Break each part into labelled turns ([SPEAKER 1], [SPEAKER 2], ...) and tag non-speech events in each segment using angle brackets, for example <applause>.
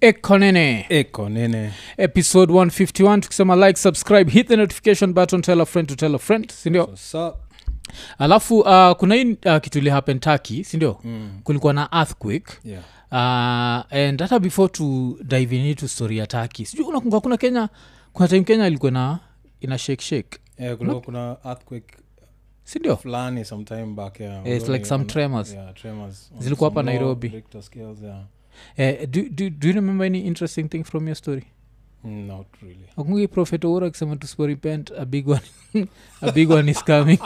[SPEAKER 1] ekonene
[SPEAKER 2] eko nene
[SPEAKER 1] episode 151 tukisema like subscribe hit the notification button tell a friend to tell a friend sindio
[SPEAKER 2] sasa
[SPEAKER 1] alafu uh, kuna hii uh, kitu ili happen taki sindio
[SPEAKER 2] mm,
[SPEAKER 1] kulikuwa na earthquake
[SPEAKER 2] yeah.
[SPEAKER 1] uh, and hata before to dive in to story ya taki sijui unakunga kuna kenya kuna time kenya ilikuwa na ina shake shake
[SPEAKER 2] yeah, kuna, kuna earthquake
[SPEAKER 1] sindio
[SPEAKER 2] fulani sometime back yeah.
[SPEAKER 1] Oh. Eh, it's like some tremors.
[SPEAKER 2] yeah, tremors on
[SPEAKER 1] Zilikuwa hapa
[SPEAKER 2] some low
[SPEAKER 1] Nairobi.
[SPEAKER 2] Richter scales, yeah.
[SPEAKER 1] eh, do, do, do you remember any interesting thing from your story
[SPEAKER 2] Mm, not
[SPEAKER 1] <laughs>
[SPEAKER 2] really
[SPEAKER 1] akungi prophet oura akisema tusiporepent a big one <laughs> a big one is coming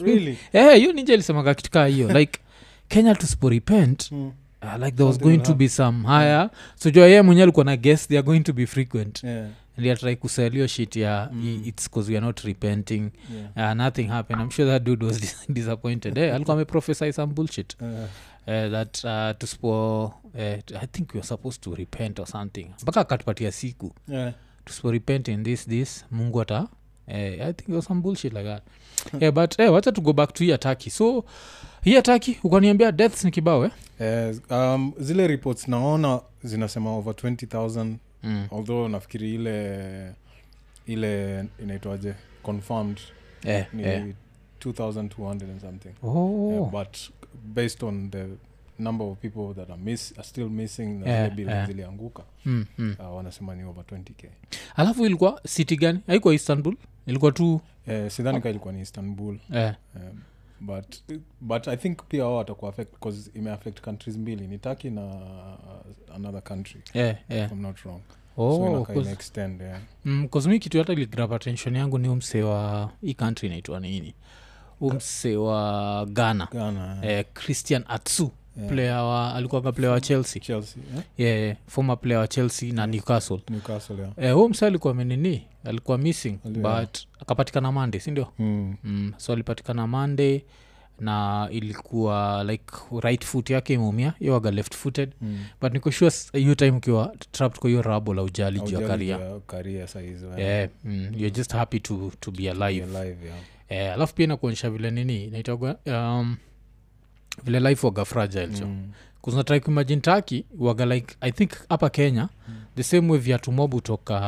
[SPEAKER 2] really
[SPEAKER 1] Eh, hiyo ninja ilisemaga kitu kaa
[SPEAKER 2] <laughs>
[SPEAKER 1] hiyo like kenya tusipo repent
[SPEAKER 2] mm.
[SPEAKER 1] uh, like there was
[SPEAKER 2] Something
[SPEAKER 1] going
[SPEAKER 2] will
[SPEAKER 1] to be some higher so jua yeye mwenyewe alikuwa na guess they are going to be frequent
[SPEAKER 2] yeah,
[SPEAKER 1] and atrai kusalio shit ya
[SPEAKER 2] Mm.
[SPEAKER 1] mm. its cause we are not repenting
[SPEAKER 2] yeah.
[SPEAKER 1] uh, nothing happened i'm sure that dude was <laughs> dis- disappointed eh, alikuwa ameprophesy some bullshit
[SPEAKER 2] Uh,
[SPEAKER 1] eh, that uh, tusipo eh, t- i think we are supposed to repent or something mpaka akatupatia siku
[SPEAKER 2] yeah.
[SPEAKER 1] tusipo repent in this this mungu ata eh, i think it was some bullshit like that yeah, but eh, wacha to go back to hii ataki so hii ataki ukaniambia deaths ni kibao eh?
[SPEAKER 2] Eh, um, zile reports naona zinasema over 20000
[SPEAKER 1] mm.
[SPEAKER 2] although nafikiri ile ile inaitwaje confirmed
[SPEAKER 1] eh,
[SPEAKER 2] ni
[SPEAKER 1] eh.
[SPEAKER 2] 2200 and something yeah,
[SPEAKER 1] Oh.
[SPEAKER 2] but based on the number of people that are, miss, are still missing na
[SPEAKER 1] Yeah,
[SPEAKER 2] zile bill
[SPEAKER 1] yeah.
[SPEAKER 2] zilianguka
[SPEAKER 1] Mm, mm.
[SPEAKER 2] uh, wanasema ni over 20k
[SPEAKER 1] alafu ilikuwa city gani haikuwa istanbul ilikuwa tu
[SPEAKER 2] eh, sidhani ka ilikuwa ni istanbul
[SPEAKER 1] eh,
[SPEAKER 2] eh, but, but i think pia wao watakuwa affect because imeaffect countries mbili ni turkey na uh, another country
[SPEAKER 1] eh, eh.
[SPEAKER 2] if i'm not wrong so
[SPEAKER 1] Oh,
[SPEAKER 2] inakaa ina
[SPEAKER 1] cause-
[SPEAKER 2] extend yeah.
[SPEAKER 1] mm, cause mi kitu hata iligrab attention yangu ni umse wa hii country inaitwa nini umse wa ghana
[SPEAKER 2] ghana
[SPEAKER 1] eh, christian atsu
[SPEAKER 2] yeah.
[SPEAKER 1] player wa alikuwaga player wa chelsea
[SPEAKER 2] chelsea eh?
[SPEAKER 1] yeah, yeah, former player wa chelsea na newcastle
[SPEAKER 2] newcastle yeah.
[SPEAKER 1] eh, huo msa alikuwa amenini alikuwa missing
[SPEAKER 2] Ndio.
[SPEAKER 1] but akapatikana monday sindio
[SPEAKER 2] mm.
[SPEAKER 1] mm, so alipatikana monday na ilikuwa like right foot yake imeumia yowaga left footed
[SPEAKER 2] Mm.
[SPEAKER 1] but nikoshua hiyo time ukiwa trapped kwa hiyo rabo la ujali juu ya
[SPEAKER 2] Haujali
[SPEAKER 1] karia
[SPEAKER 2] juu ya career size, eh.
[SPEAKER 1] Yeah, mm, you're just happy to, to be alive
[SPEAKER 2] You're alive, yeah.
[SPEAKER 1] eh, alafu pia inakuonyesha vile nini inaitagwa um, vile life waga fragile mm.
[SPEAKER 2] Mm.
[SPEAKER 1] kuzinatrai kuimagine taki waga like i think hapa kenya mm. the same way viatu mob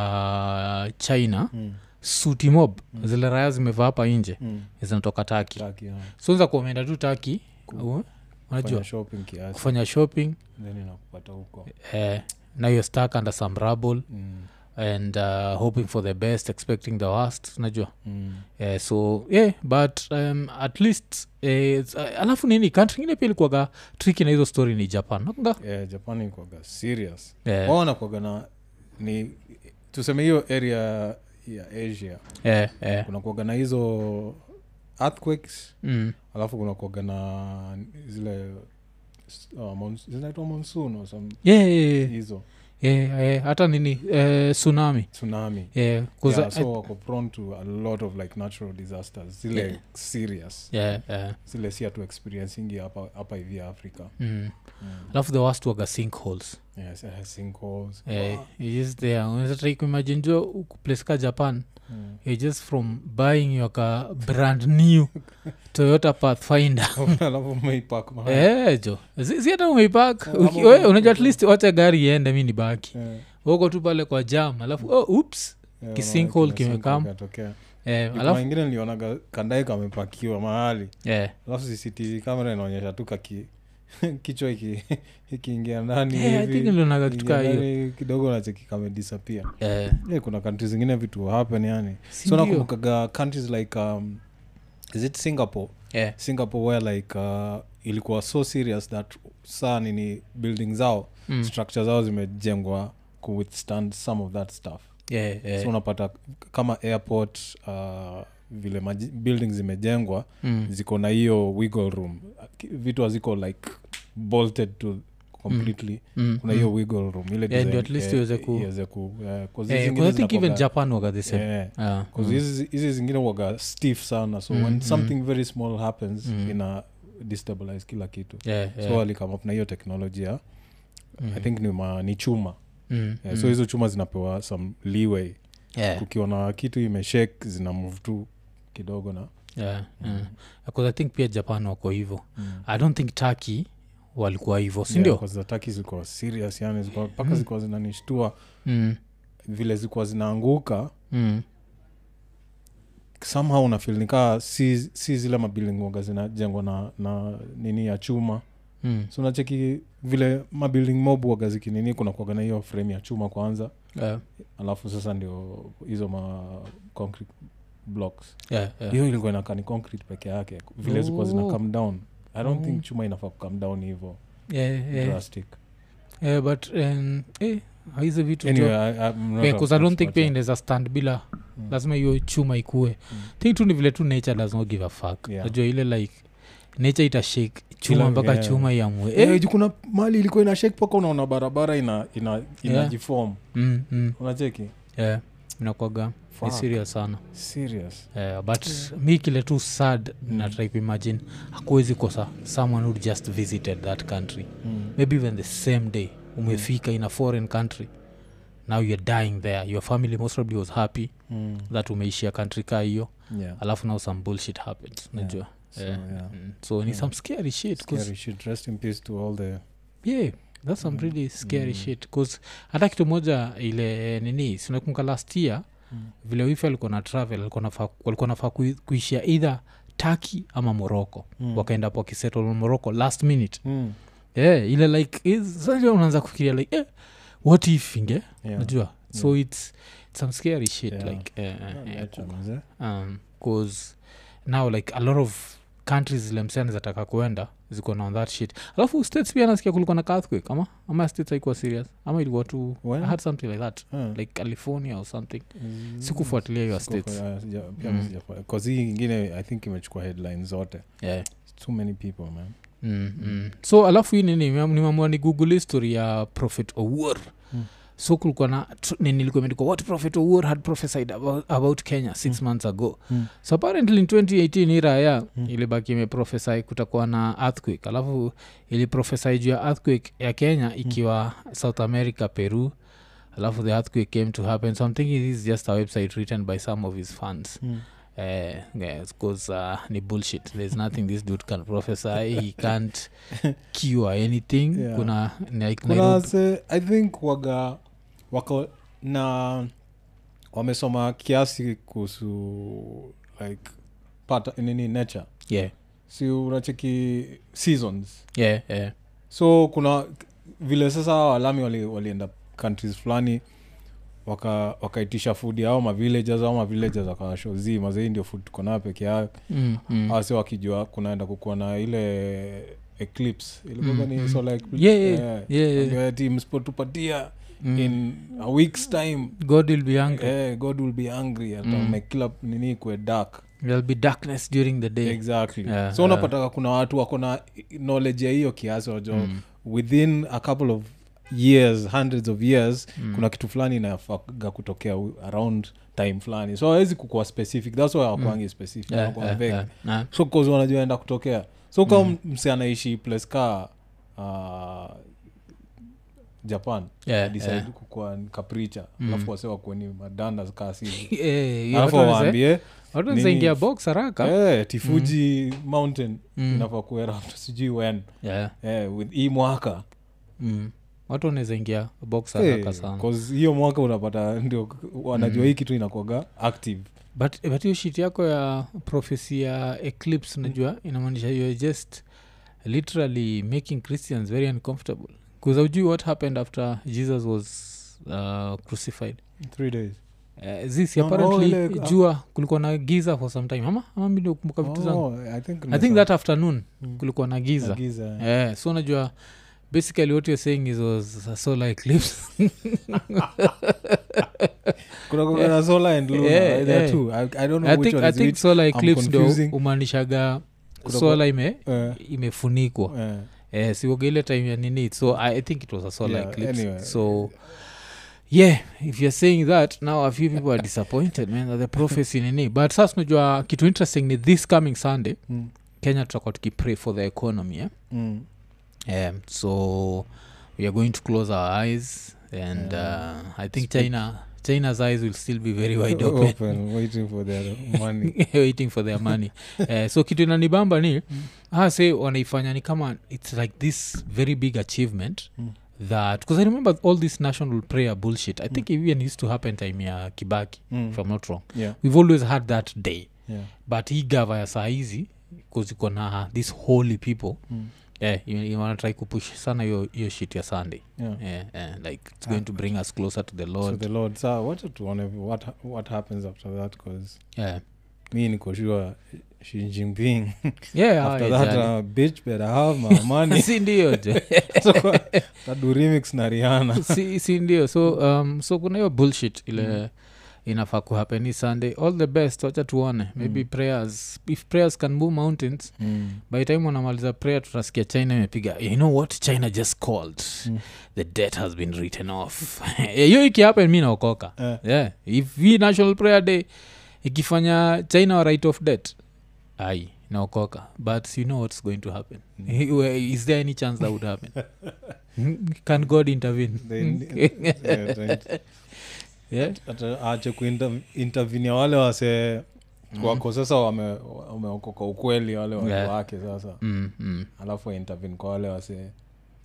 [SPEAKER 1] utoka china
[SPEAKER 2] Mm.
[SPEAKER 1] suti mob mm. zile raya zimevaa hapa nje
[SPEAKER 2] Mm.
[SPEAKER 1] zinatoka taki
[SPEAKER 2] Turkey, yeah.
[SPEAKER 1] so nza kuomenda tu taki
[SPEAKER 2] Ku-
[SPEAKER 1] uwe,
[SPEAKER 2] Fanya
[SPEAKER 1] unajua
[SPEAKER 2] shopping kiasi
[SPEAKER 1] kufanya shopping
[SPEAKER 2] then inakupata huko
[SPEAKER 1] eh, na you're stuck under some rubble
[SPEAKER 2] mm.
[SPEAKER 1] and uh, hoping for the best expecting the worst unajua
[SPEAKER 2] Mm.
[SPEAKER 1] eh, so yeah but um, at least eh, it's- ah, alafu nini kantri ingine pia ilikuwaga triki na hizo story ni japan nakunga
[SPEAKER 2] yeah, japan ikwaga serious
[SPEAKER 1] eh,
[SPEAKER 2] wao wanakwaga na ni tuseme hiyo area ya asia
[SPEAKER 1] eh, eh,
[SPEAKER 2] kuna kuaga na hizo earthquakes
[SPEAKER 1] mm,
[SPEAKER 2] alafu kuna kuaga na zile uh, mons- zinaitwa monsoon or some
[SPEAKER 1] yeah, yeah, yeah,
[SPEAKER 2] hizo
[SPEAKER 1] yeah, yeah, hata nini eh, tsunami Eh,
[SPEAKER 2] tsunami
[SPEAKER 1] yeah, 'cause
[SPEAKER 2] yeah,
[SPEAKER 1] I-
[SPEAKER 2] so wako prone to a lot of like natural disasters zile
[SPEAKER 1] Yeah.
[SPEAKER 2] serious
[SPEAKER 1] yeah, yeah,
[SPEAKER 2] zile si hatu experiencingi hapa hapa hivi ya africa
[SPEAKER 1] mm.
[SPEAKER 2] mm.
[SPEAKER 1] alafu the worst waga sinkholes
[SPEAKER 2] yes, eh, sinkholes
[SPEAKER 1] eh, you just there unaweza try kuimagine jua huku place ka japan
[SPEAKER 2] Mm.
[SPEAKER 1] you're just from buying your car brand new
[SPEAKER 2] <laughs>
[SPEAKER 1] toyota pathfinder
[SPEAKER 2] <laughs> alafu umeipark mahali.
[SPEAKER 1] Eh, jo Si- si hata umeipak
[SPEAKER 2] Eh, ama
[SPEAKER 1] unajua at
[SPEAKER 2] ume-
[SPEAKER 1] least wacha gari iende mi ni baki
[SPEAKER 2] Eh,
[SPEAKER 1] uko tu pale kwa jam alafu oh, oops
[SPEAKER 2] eh,
[SPEAKER 1] Kisinkhole
[SPEAKER 2] unaona kina
[SPEAKER 1] kimekam.
[SPEAKER 2] sinkhole katokea.
[SPEAKER 1] eh,
[SPEAKER 2] Kuna
[SPEAKER 1] alafu
[SPEAKER 2] wengine nilionaga kandae kamepakiwa mahali
[SPEAKER 1] eh,
[SPEAKER 2] alafu cctv kamera inaonyesha tu kaki <laughs> kichwa iki- <laughs> ikiingia ndani
[SPEAKER 1] eh, I think
[SPEAKER 2] hivi,
[SPEAKER 1] nilionaga kitu
[SPEAKER 2] ikiingia
[SPEAKER 1] kaa hiyo
[SPEAKER 2] ndani kidogo nacheki kamedisappear
[SPEAKER 1] Eh,
[SPEAKER 2] yeah, kuna kantri zingine vitu happen yani
[SPEAKER 1] si
[SPEAKER 2] so
[SPEAKER 1] ndio?
[SPEAKER 2] nakumbukaga countries like um, is it singapore
[SPEAKER 1] Eh,
[SPEAKER 2] singapore where like uh, ilikuwa so serious that saa nini building zao
[SPEAKER 1] mm,
[SPEAKER 2] structure zao zimejengwa kuwithstand some of that stuff
[SPEAKER 1] eh, eh,
[SPEAKER 2] so unapata kama airport uh, vile maji, building zimejengwa
[SPEAKER 1] mm,
[SPEAKER 2] ziko na hiyo wiggle room Ki- vitu haziko like bolted to completely
[SPEAKER 1] mm,
[SPEAKER 2] kuna hiyo
[SPEAKER 1] mm.
[SPEAKER 2] wiggle room ile
[SPEAKER 1] Yeah, ndio
[SPEAKER 2] design,
[SPEAKER 1] at least
[SPEAKER 2] eh,
[SPEAKER 1] iweze ku-
[SPEAKER 2] iweze ku eh, 'cause hizi
[SPEAKER 1] Eh,
[SPEAKER 2] zingine
[SPEAKER 1] 'cause I think even
[SPEAKER 2] zinakuwaga-
[SPEAKER 1] japan waga the same
[SPEAKER 2] eh,
[SPEAKER 1] Ah,
[SPEAKER 2] 'cause
[SPEAKER 1] mm.
[SPEAKER 2] hizi hizi zingine waga stiff sana so
[SPEAKER 1] Mm,
[SPEAKER 2] when
[SPEAKER 1] mm.
[SPEAKER 2] something very small happens
[SPEAKER 1] Mm.
[SPEAKER 2] ina destabilize kila kitu
[SPEAKER 1] Eh, eh,
[SPEAKER 2] so walikame up na hiyo teknolojia
[SPEAKER 1] mm,
[SPEAKER 2] i think ni, ma, ni chuma
[SPEAKER 1] mm,
[SPEAKER 2] yeah,
[SPEAKER 1] mm.
[SPEAKER 2] so hizo chuma zinapewa some leeway
[SPEAKER 1] Eh,
[SPEAKER 2] kukiwa na kitu imeshake zina move tu kidogo na
[SPEAKER 1] mm. eh, eh. 'Cause i think pia japan wako hivo
[SPEAKER 2] mm.
[SPEAKER 1] i don't think turkey walikuwa hivyo sindio
[SPEAKER 2] zilikuwa zilikuwa serious yani zilikuwa mpaka
[SPEAKER 1] Mm.
[SPEAKER 2] zilikuwa zinanishtua
[SPEAKER 1] mm,
[SPEAKER 2] vile zilikuwa zinaanguka
[SPEAKER 1] mm,
[SPEAKER 2] somehow unafil nikaa si, si zile mabiling waga zinajengwa na, na nini ya chuma
[SPEAKER 1] mm.
[SPEAKER 2] so nacheki vile mabiling mob waga zikinini kuna kuaga na hiyo frame ya chuma kwanza
[SPEAKER 1] Yeah,
[SPEAKER 2] alafu sasa ndio hizo ma concrete blocks
[SPEAKER 1] yeah, yeah.
[SPEAKER 2] hiyo ilikuwa inakaa ni concrete peke yake vile zilikuwa zina
[SPEAKER 1] Eh. Oh.
[SPEAKER 2] come down i don't
[SPEAKER 1] Oh.
[SPEAKER 2] think chuma inafaa kucome down hivo
[SPEAKER 1] Yeah, yeah.
[SPEAKER 2] drastic
[SPEAKER 1] Eh, but um, eh, hizi vitu
[SPEAKER 2] anyway,
[SPEAKER 1] jo-
[SPEAKER 2] I, I'm not
[SPEAKER 1] Yeah, 'cause i don't think
[SPEAKER 2] expert
[SPEAKER 1] pia
[SPEAKER 2] yet.
[SPEAKER 1] inaweza stand bila
[SPEAKER 2] Mm.
[SPEAKER 1] lazima hiyo chuma ikue
[SPEAKER 2] Mm.
[SPEAKER 1] think tu ni vile tu nature does not give a fuck
[SPEAKER 2] Yeah.
[SPEAKER 1] najua ile like nature itashake chuma
[SPEAKER 2] Kila-
[SPEAKER 1] mpaka
[SPEAKER 2] yeah.
[SPEAKER 1] chuma iamue
[SPEAKER 2] Eh,
[SPEAKER 1] eh,
[SPEAKER 2] juu kuna mali ilikuwa inashek paka unaona barabara ina ina inajifom
[SPEAKER 1] mm, mm,
[SPEAKER 2] unacheki
[SPEAKER 1] yeah. nakwaga ni
[SPEAKER 2] Fuck.
[SPEAKER 1] serious sana
[SPEAKER 2] serious
[SPEAKER 1] yeah, but mi kile tu sad
[SPEAKER 2] Mm.
[SPEAKER 1] na try kuimagine hakuwezi kosa someone who just visited that country
[SPEAKER 2] mm.
[SPEAKER 1] maybe even the same day umefika in a foreign country now you're dying there your family most probably was happy
[SPEAKER 2] Mm.
[SPEAKER 1] that umeishia country ka hiyo
[SPEAKER 2] Yeah.
[SPEAKER 1] alafu now some bullshit happens
[SPEAKER 2] Yeah.
[SPEAKER 1] najua
[SPEAKER 2] So,
[SPEAKER 1] Eh,
[SPEAKER 2] yeah.
[SPEAKER 1] mm, so ni
[SPEAKER 2] Yeah.
[SPEAKER 1] some scary shit 'cause-
[SPEAKER 2] Scary shit. Rest in peace to all the
[SPEAKER 1] yeah that's some
[SPEAKER 2] Mm.
[SPEAKER 1] really scary
[SPEAKER 2] Mm.
[SPEAKER 1] shit bcause hata kitu moja ile eh, nini sinakumka last year
[SPEAKER 2] Mm.
[SPEAKER 1] vile wifi alikuwa na travel alikuwa nafaa- walikuwa nafaa kui- kuishia either taki ama moroko
[SPEAKER 2] Mm.
[SPEAKER 1] wakaenda hapo wakisettle moroko last minute
[SPEAKER 2] Mm.
[SPEAKER 1] yeah, ile like is- sasa unaanza kufikiria like eh, what if inge
[SPEAKER 2] Yeah.
[SPEAKER 1] najua so its, it's some scary shit
[SPEAKER 2] Yeah.
[SPEAKER 1] like eh, eh,
[SPEAKER 2] Yeah,
[SPEAKER 1] eh,
[SPEAKER 2] nature,
[SPEAKER 1] ku-
[SPEAKER 2] mzee.
[SPEAKER 1] um, cause now like a lot of countries zile msiani zataka kuenda ziko na on that shit alafu states pia nasikia kulikuwa na earthquake ama ama states haikuwa serious ama ilikuwa tu
[SPEAKER 2] Well,
[SPEAKER 1] i had something like that
[SPEAKER 2] eh.
[SPEAKER 1] like california or something
[SPEAKER 2] Mm. uh,
[SPEAKER 1] sikufuatilia hiyo states
[SPEAKER 2] Sikufuatilia, sija- pia
[SPEAKER 1] Mm.
[SPEAKER 2] sijafuatilia. 'Cause hii ingine i think imechukua headlines zote
[SPEAKER 1] yeah.
[SPEAKER 2] too many people man
[SPEAKER 1] mm, mm. so alafu hii nini nimeam- nimeamua ni google history ya prophet owuor
[SPEAKER 2] Mm.
[SPEAKER 1] so kulikuwa na tr- nini ilikuwa imeandikwa what prophet owuor had prophesied about, about kenya six months ago
[SPEAKER 2] Mm.
[SPEAKER 1] so apparently in 2018 iraya
[SPEAKER 2] Mm.
[SPEAKER 1] ilibaki imeprofesai kutakuwa na earthquake alafu iliprofesai juu ya earthquake ya
[SPEAKER 2] Mm.
[SPEAKER 1] kenya ikiwa south america peru alafu the earthquake came to happen so i'm thinking this is just a website written by some of his fans
[SPEAKER 2] Mm.
[SPEAKER 1] Eh, yes, 'cause, uh, ni bullshit there's nothing this dude can prophesy he
[SPEAKER 2] <laughs>
[SPEAKER 1] can't cure anything
[SPEAKER 2] Yeah.
[SPEAKER 1] kuna like
[SPEAKER 2] kuna
[SPEAKER 1] Nairobi-
[SPEAKER 2] se, i think waga wako na wamesoma kiasi kuhusu like pata, nini nature
[SPEAKER 1] yeah
[SPEAKER 2] si unacheki seasons
[SPEAKER 1] yeah yeah
[SPEAKER 2] so kuna vile sasa hawa walami wali- walienda countries fulani waka- wakaitisha food yao mavillages au mavillages akawashozii mazei ndio food tuko nayo peke yayo
[SPEAKER 1] mm, mm.
[SPEAKER 2] asi Ah, wakijua kunaenda kukuwa na ile eclipse ilikuwa
[SPEAKER 1] Mm,
[SPEAKER 2] ni
[SPEAKER 1] mm.
[SPEAKER 2] solar eclipse
[SPEAKER 1] Yeah, yeah, yeah, yeah.
[SPEAKER 2] Ati msipotupatia
[SPEAKER 1] Mm.
[SPEAKER 2] in a week's time
[SPEAKER 1] god will be angry
[SPEAKER 2] eh, god will be angry
[SPEAKER 1] Mm.
[SPEAKER 2] atame kila nini kwe dark
[SPEAKER 1] there'll be darkness during the day
[SPEAKER 2] exactly
[SPEAKER 1] Yeah,
[SPEAKER 2] so
[SPEAKER 1] yeah.
[SPEAKER 2] unapataka kuna watu wako na knowledge ya hiyo kiasi wajo
[SPEAKER 1] Mm,
[SPEAKER 2] within a couple of years hundreds of years
[SPEAKER 1] mm.
[SPEAKER 2] kuna kitu fulani inafaga kutokea u- around time fulani so awezi kukuwa specific thats why wakwangi specific
[SPEAKER 1] Mm. Yeah,
[SPEAKER 2] wanakuwa
[SPEAKER 1] yeah,
[SPEAKER 2] vague.
[SPEAKER 1] yeah. Nah.
[SPEAKER 2] so cause wanajua enda kutokea so kama
[SPEAKER 1] Mm.
[SPEAKER 2] mm. mse anaishi place ka uh, japan
[SPEAKER 1] Yeah,
[SPEAKER 2] decide
[SPEAKER 1] yeah.
[SPEAKER 2] kukua ni kapricha
[SPEAKER 1] Eh. Mm.
[SPEAKER 2] alafu wase wakuwe ni madanda zkaa sii
[SPEAKER 1] <laughs> Eh,
[SPEAKER 2] alafu
[SPEAKER 1] watu wanaweza-
[SPEAKER 2] wawaambie
[SPEAKER 1] watu
[SPEAKER 2] nini-
[SPEAKER 1] wanaingia box haraka
[SPEAKER 2] eh, tifuji mountain
[SPEAKER 1] Mm.
[SPEAKER 2] inafaa kuerapt sijui wen
[SPEAKER 1] Yeah.
[SPEAKER 2] eh, with hii mwaka
[SPEAKER 1] Mm. watu wanaweza ingia box
[SPEAKER 2] Eh,
[SPEAKER 1] haraka sana Mm.
[SPEAKER 2] 'cause hiyo mwaka unapata ndio wanajua hii kitu inakuaga active
[SPEAKER 1] but but hiyo shit yako ya profesi ya
[SPEAKER 2] Mm.
[SPEAKER 1] eclipse najua inamaanisha youare just literally making christians very uncomfortable bcause aujui what happened after jesus was uh, crucified
[SPEAKER 2] three days
[SPEAKER 1] Uh, this
[SPEAKER 2] No, no,
[SPEAKER 1] apparently
[SPEAKER 2] ile-
[SPEAKER 1] jua kulikuwa na giza for some time ama ama mi kumbuka vitu zangu
[SPEAKER 2] Oh, I think
[SPEAKER 1] i think
[SPEAKER 2] nimesahau.
[SPEAKER 1] that afternoon
[SPEAKER 2] Mm.
[SPEAKER 1] kulikuwa na
[SPEAKER 2] Na
[SPEAKER 1] giza
[SPEAKER 2] giza, eh.
[SPEAKER 1] yeah, so unajua basically what you're saying is was a solar
[SPEAKER 2] <laughs>
[SPEAKER 1] eclipse
[SPEAKER 2] Kuna- kuna solar and lunar,
[SPEAKER 1] Yeah,
[SPEAKER 2] there are
[SPEAKER 1] yeah.
[SPEAKER 2] two. I- I don't know
[SPEAKER 1] Eh, i
[SPEAKER 2] which
[SPEAKER 1] think,
[SPEAKER 2] one
[SPEAKER 1] I
[SPEAKER 2] is
[SPEAKER 1] think
[SPEAKER 2] which.
[SPEAKER 1] solar eclipse ndo
[SPEAKER 2] confusing.
[SPEAKER 1] umaanishaga
[SPEAKER 2] Kutoka-
[SPEAKER 1] solar ime
[SPEAKER 2] Eh,
[SPEAKER 1] imefunikwa
[SPEAKER 2] eh.
[SPEAKER 1] eh, siwaga ile time ya nini so i I think it was a solar
[SPEAKER 2] Yeah,
[SPEAKER 1] eclipse
[SPEAKER 2] anyway.
[SPEAKER 1] so yeah if you're saying that now a few people are disappointed man that the prophecy nini but sasa unajua kitu interesting ni this coming sunday
[SPEAKER 2] Mm,
[SPEAKER 1] kenya tutakuwa tukipray for the economy eh?
[SPEAKER 2] mm.
[SPEAKER 1] um, so we are going to close our eyes and uh, i think
[SPEAKER 2] Speak. Oh,
[SPEAKER 1] china china's eyes will still be very
[SPEAKER 2] <laughs>
[SPEAKER 1] wide open
[SPEAKER 2] open waiting for their money
[SPEAKER 1] <laughs> waiting for their
[SPEAKER 2] <laughs>
[SPEAKER 1] money uh, so kitu inanibamba ni
[SPEAKER 2] Mm.
[SPEAKER 1] ah, say wanaifanya ni kama its like this very big achievement
[SPEAKER 2] Mm.
[SPEAKER 1] that because i remember all this national prayer bullshit i think even used to happen time ya kibaki
[SPEAKER 2] Mm.
[SPEAKER 1] if i'm not wrong
[SPEAKER 2] yeah,
[SPEAKER 1] we've always had that day
[SPEAKER 2] yeah.
[SPEAKER 1] but hii gava ya saa hizi kuziko na this holy people
[SPEAKER 2] Mm.
[SPEAKER 1] eh, you- you wanatry kupush sana hiyo hiyo shit ya sunday
[SPEAKER 2] Yeah.
[SPEAKER 1] eh, eh, like it's going to bring us closer to the
[SPEAKER 2] Ah, So
[SPEAKER 1] lord
[SPEAKER 2] the Lord, sir, what tuone what ha- what happens after that? Because
[SPEAKER 1] yeah.
[SPEAKER 2] me niko sure Xi Jinping
[SPEAKER 1] <laughs> yeah, hawajali.
[SPEAKER 2] after that uh, bitch better have my
[SPEAKER 1] <laughs>
[SPEAKER 2] money.
[SPEAKER 1] si ndio jo
[SPEAKER 2] <laughs> so kwa- tadu remix na Rihanna.
[SPEAKER 1] si, si ndio so
[SPEAKER 2] Mm.
[SPEAKER 1] um, so kuna hiyo bullshit ile mm. inafaa kuhapeni sunday all the best wacha tuone maybe mm. prayers if prayers can move mountains
[SPEAKER 2] <laughs>
[SPEAKER 1] by the time wanamaliza prayer tutasikia china imepiga you know what china just called mm.
[SPEAKER 2] Mm.
[SPEAKER 1] the debt has been written off <laughs> Eh, hiyo ikihappen mi naokoka
[SPEAKER 2] Eh.
[SPEAKER 1] yeah. if hii national prayer day ikifanya china wa right of debt ai naokoka but you know what's going to happen
[SPEAKER 2] Mm.
[SPEAKER 1] <laughs> is there any chance that would happen <laughs> can god intervene <laughs>
[SPEAKER 2] Then, eh, then
[SPEAKER 1] yeah?
[SPEAKER 2] ata- aache kuintervinia wale wase wako sasa wame- wameokoka ukweli wale watu
[SPEAKER 1] Mm. Yeah.
[SPEAKER 2] wake sasa
[SPEAKER 1] mm, mm,
[SPEAKER 2] alafu waintervene kwa wale wase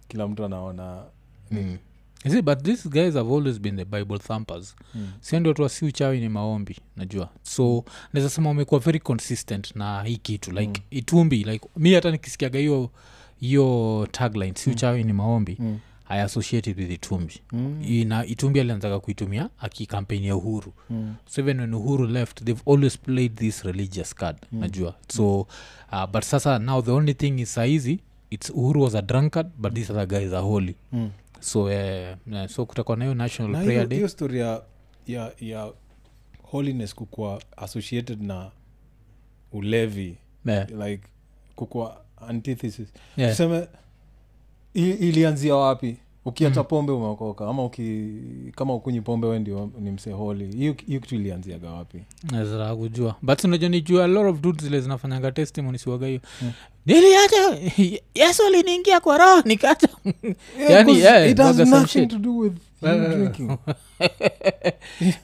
[SPEAKER 2] kila mtu anaona
[SPEAKER 1] mm. You See, but these guys have always been the bible thumpers
[SPEAKER 2] mm.
[SPEAKER 1] siendo tu si uchawi ni maombi najua so naweza sema wamekuwa very consistent na hii kitu like mm. itumbi like mi hata nikisikiaga hiyo hiyo tagline si uchawi ni maombi mm.
[SPEAKER 2] Mm.
[SPEAKER 1] i associate it with itumbi
[SPEAKER 2] Mm.
[SPEAKER 1] na itumbi alianzaga kuitumia akikampeni ya uhuru
[SPEAKER 2] Mm.
[SPEAKER 1] so even when uhuru left they've always played this religious card mm. najua so uh, but sasa now the only thing is saizi its uhuru was a drunkard but these other guys are holy
[SPEAKER 2] Mm.
[SPEAKER 1] so eh, eh, so kutakuwa na hiyo national
[SPEAKER 2] Na
[SPEAKER 1] prayer
[SPEAKER 2] hiyo-
[SPEAKER 1] day
[SPEAKER 2] hiyo story ya, ya, ya holiness kukuwa associated na ulevi
[SPEAKER 1] Eh,
[SPEAKER 2] like kukuwa antithesis
[SPEAKER 1] yeah.
[SPEAKER 2] tuseme i- ilianzia wapi ukiacha
[SPEAKER 1] Mm.
[SPEAKER 2] pombe umeokoka ama uki, kama ukunywi pombe we ndio ni msee holi hiyo hiyo kitu ilianziaga wapi
[SPEAKER 1] zraa kujua but unajua nijua a lot of dudes zile zinafanyanga testimony siwaga hiyo
[SPEAKER 2] Hmm.
[SPEAKER 1] niliacha yesu aliniingia kwa roho
[SPEAKER 2] <laughs>
[SPEAKER 1] nikacha Yani,
[SPEAKER 2] 'cause
[SPEAKER 1] yeah,
[SPEAKER 2] it has
[SPEAKER 1] waga some
[SPEAKER 2] nothing
[SPEAKER 1] shit.
[SPEAKER 2] to do with you
[SPEAKER 1] Yeah.
[SPEAKER 2] drinking.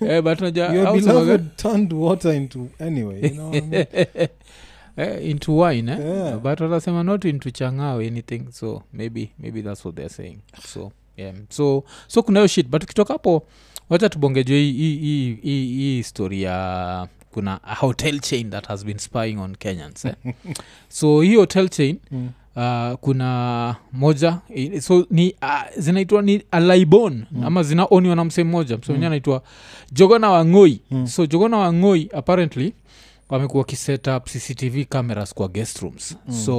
[SPEAKER 1] Eh, but
[SPEAKER 2] Your
[SPEAKER 1] unajua
[SPEAKER 2] beloved turned water into anyway you know what I
[SPEAKER 1] <laughs>
[SPEAKER 2] mean?
[SPEAKER 1] eh, into wine eh?
[SPEAKER 2] Yeah.
[SPEAKER 1] but watasema not into changao anything so maybe maybe that's what they're saying so yeah. so so kuna hiyo shit but ukitoka hapo wacha tubongejwe hii- hii- hii hii- hii story ya kuna a hotel chain that has been spying on kenyans eh? so hii hotel chain
[SPEAKER 2] Mm.
[SPEAKER 1] uh, kuna moja i- so ni uh, zinaitwa ni alaibon mm. ama zinaoniwa na msee mmoja msee mwenyewe anaitwa jogona wangoi mm. so jogona wangoi apparently wamekuwa wakisetup cctv cameras kwa guest rooms mm. so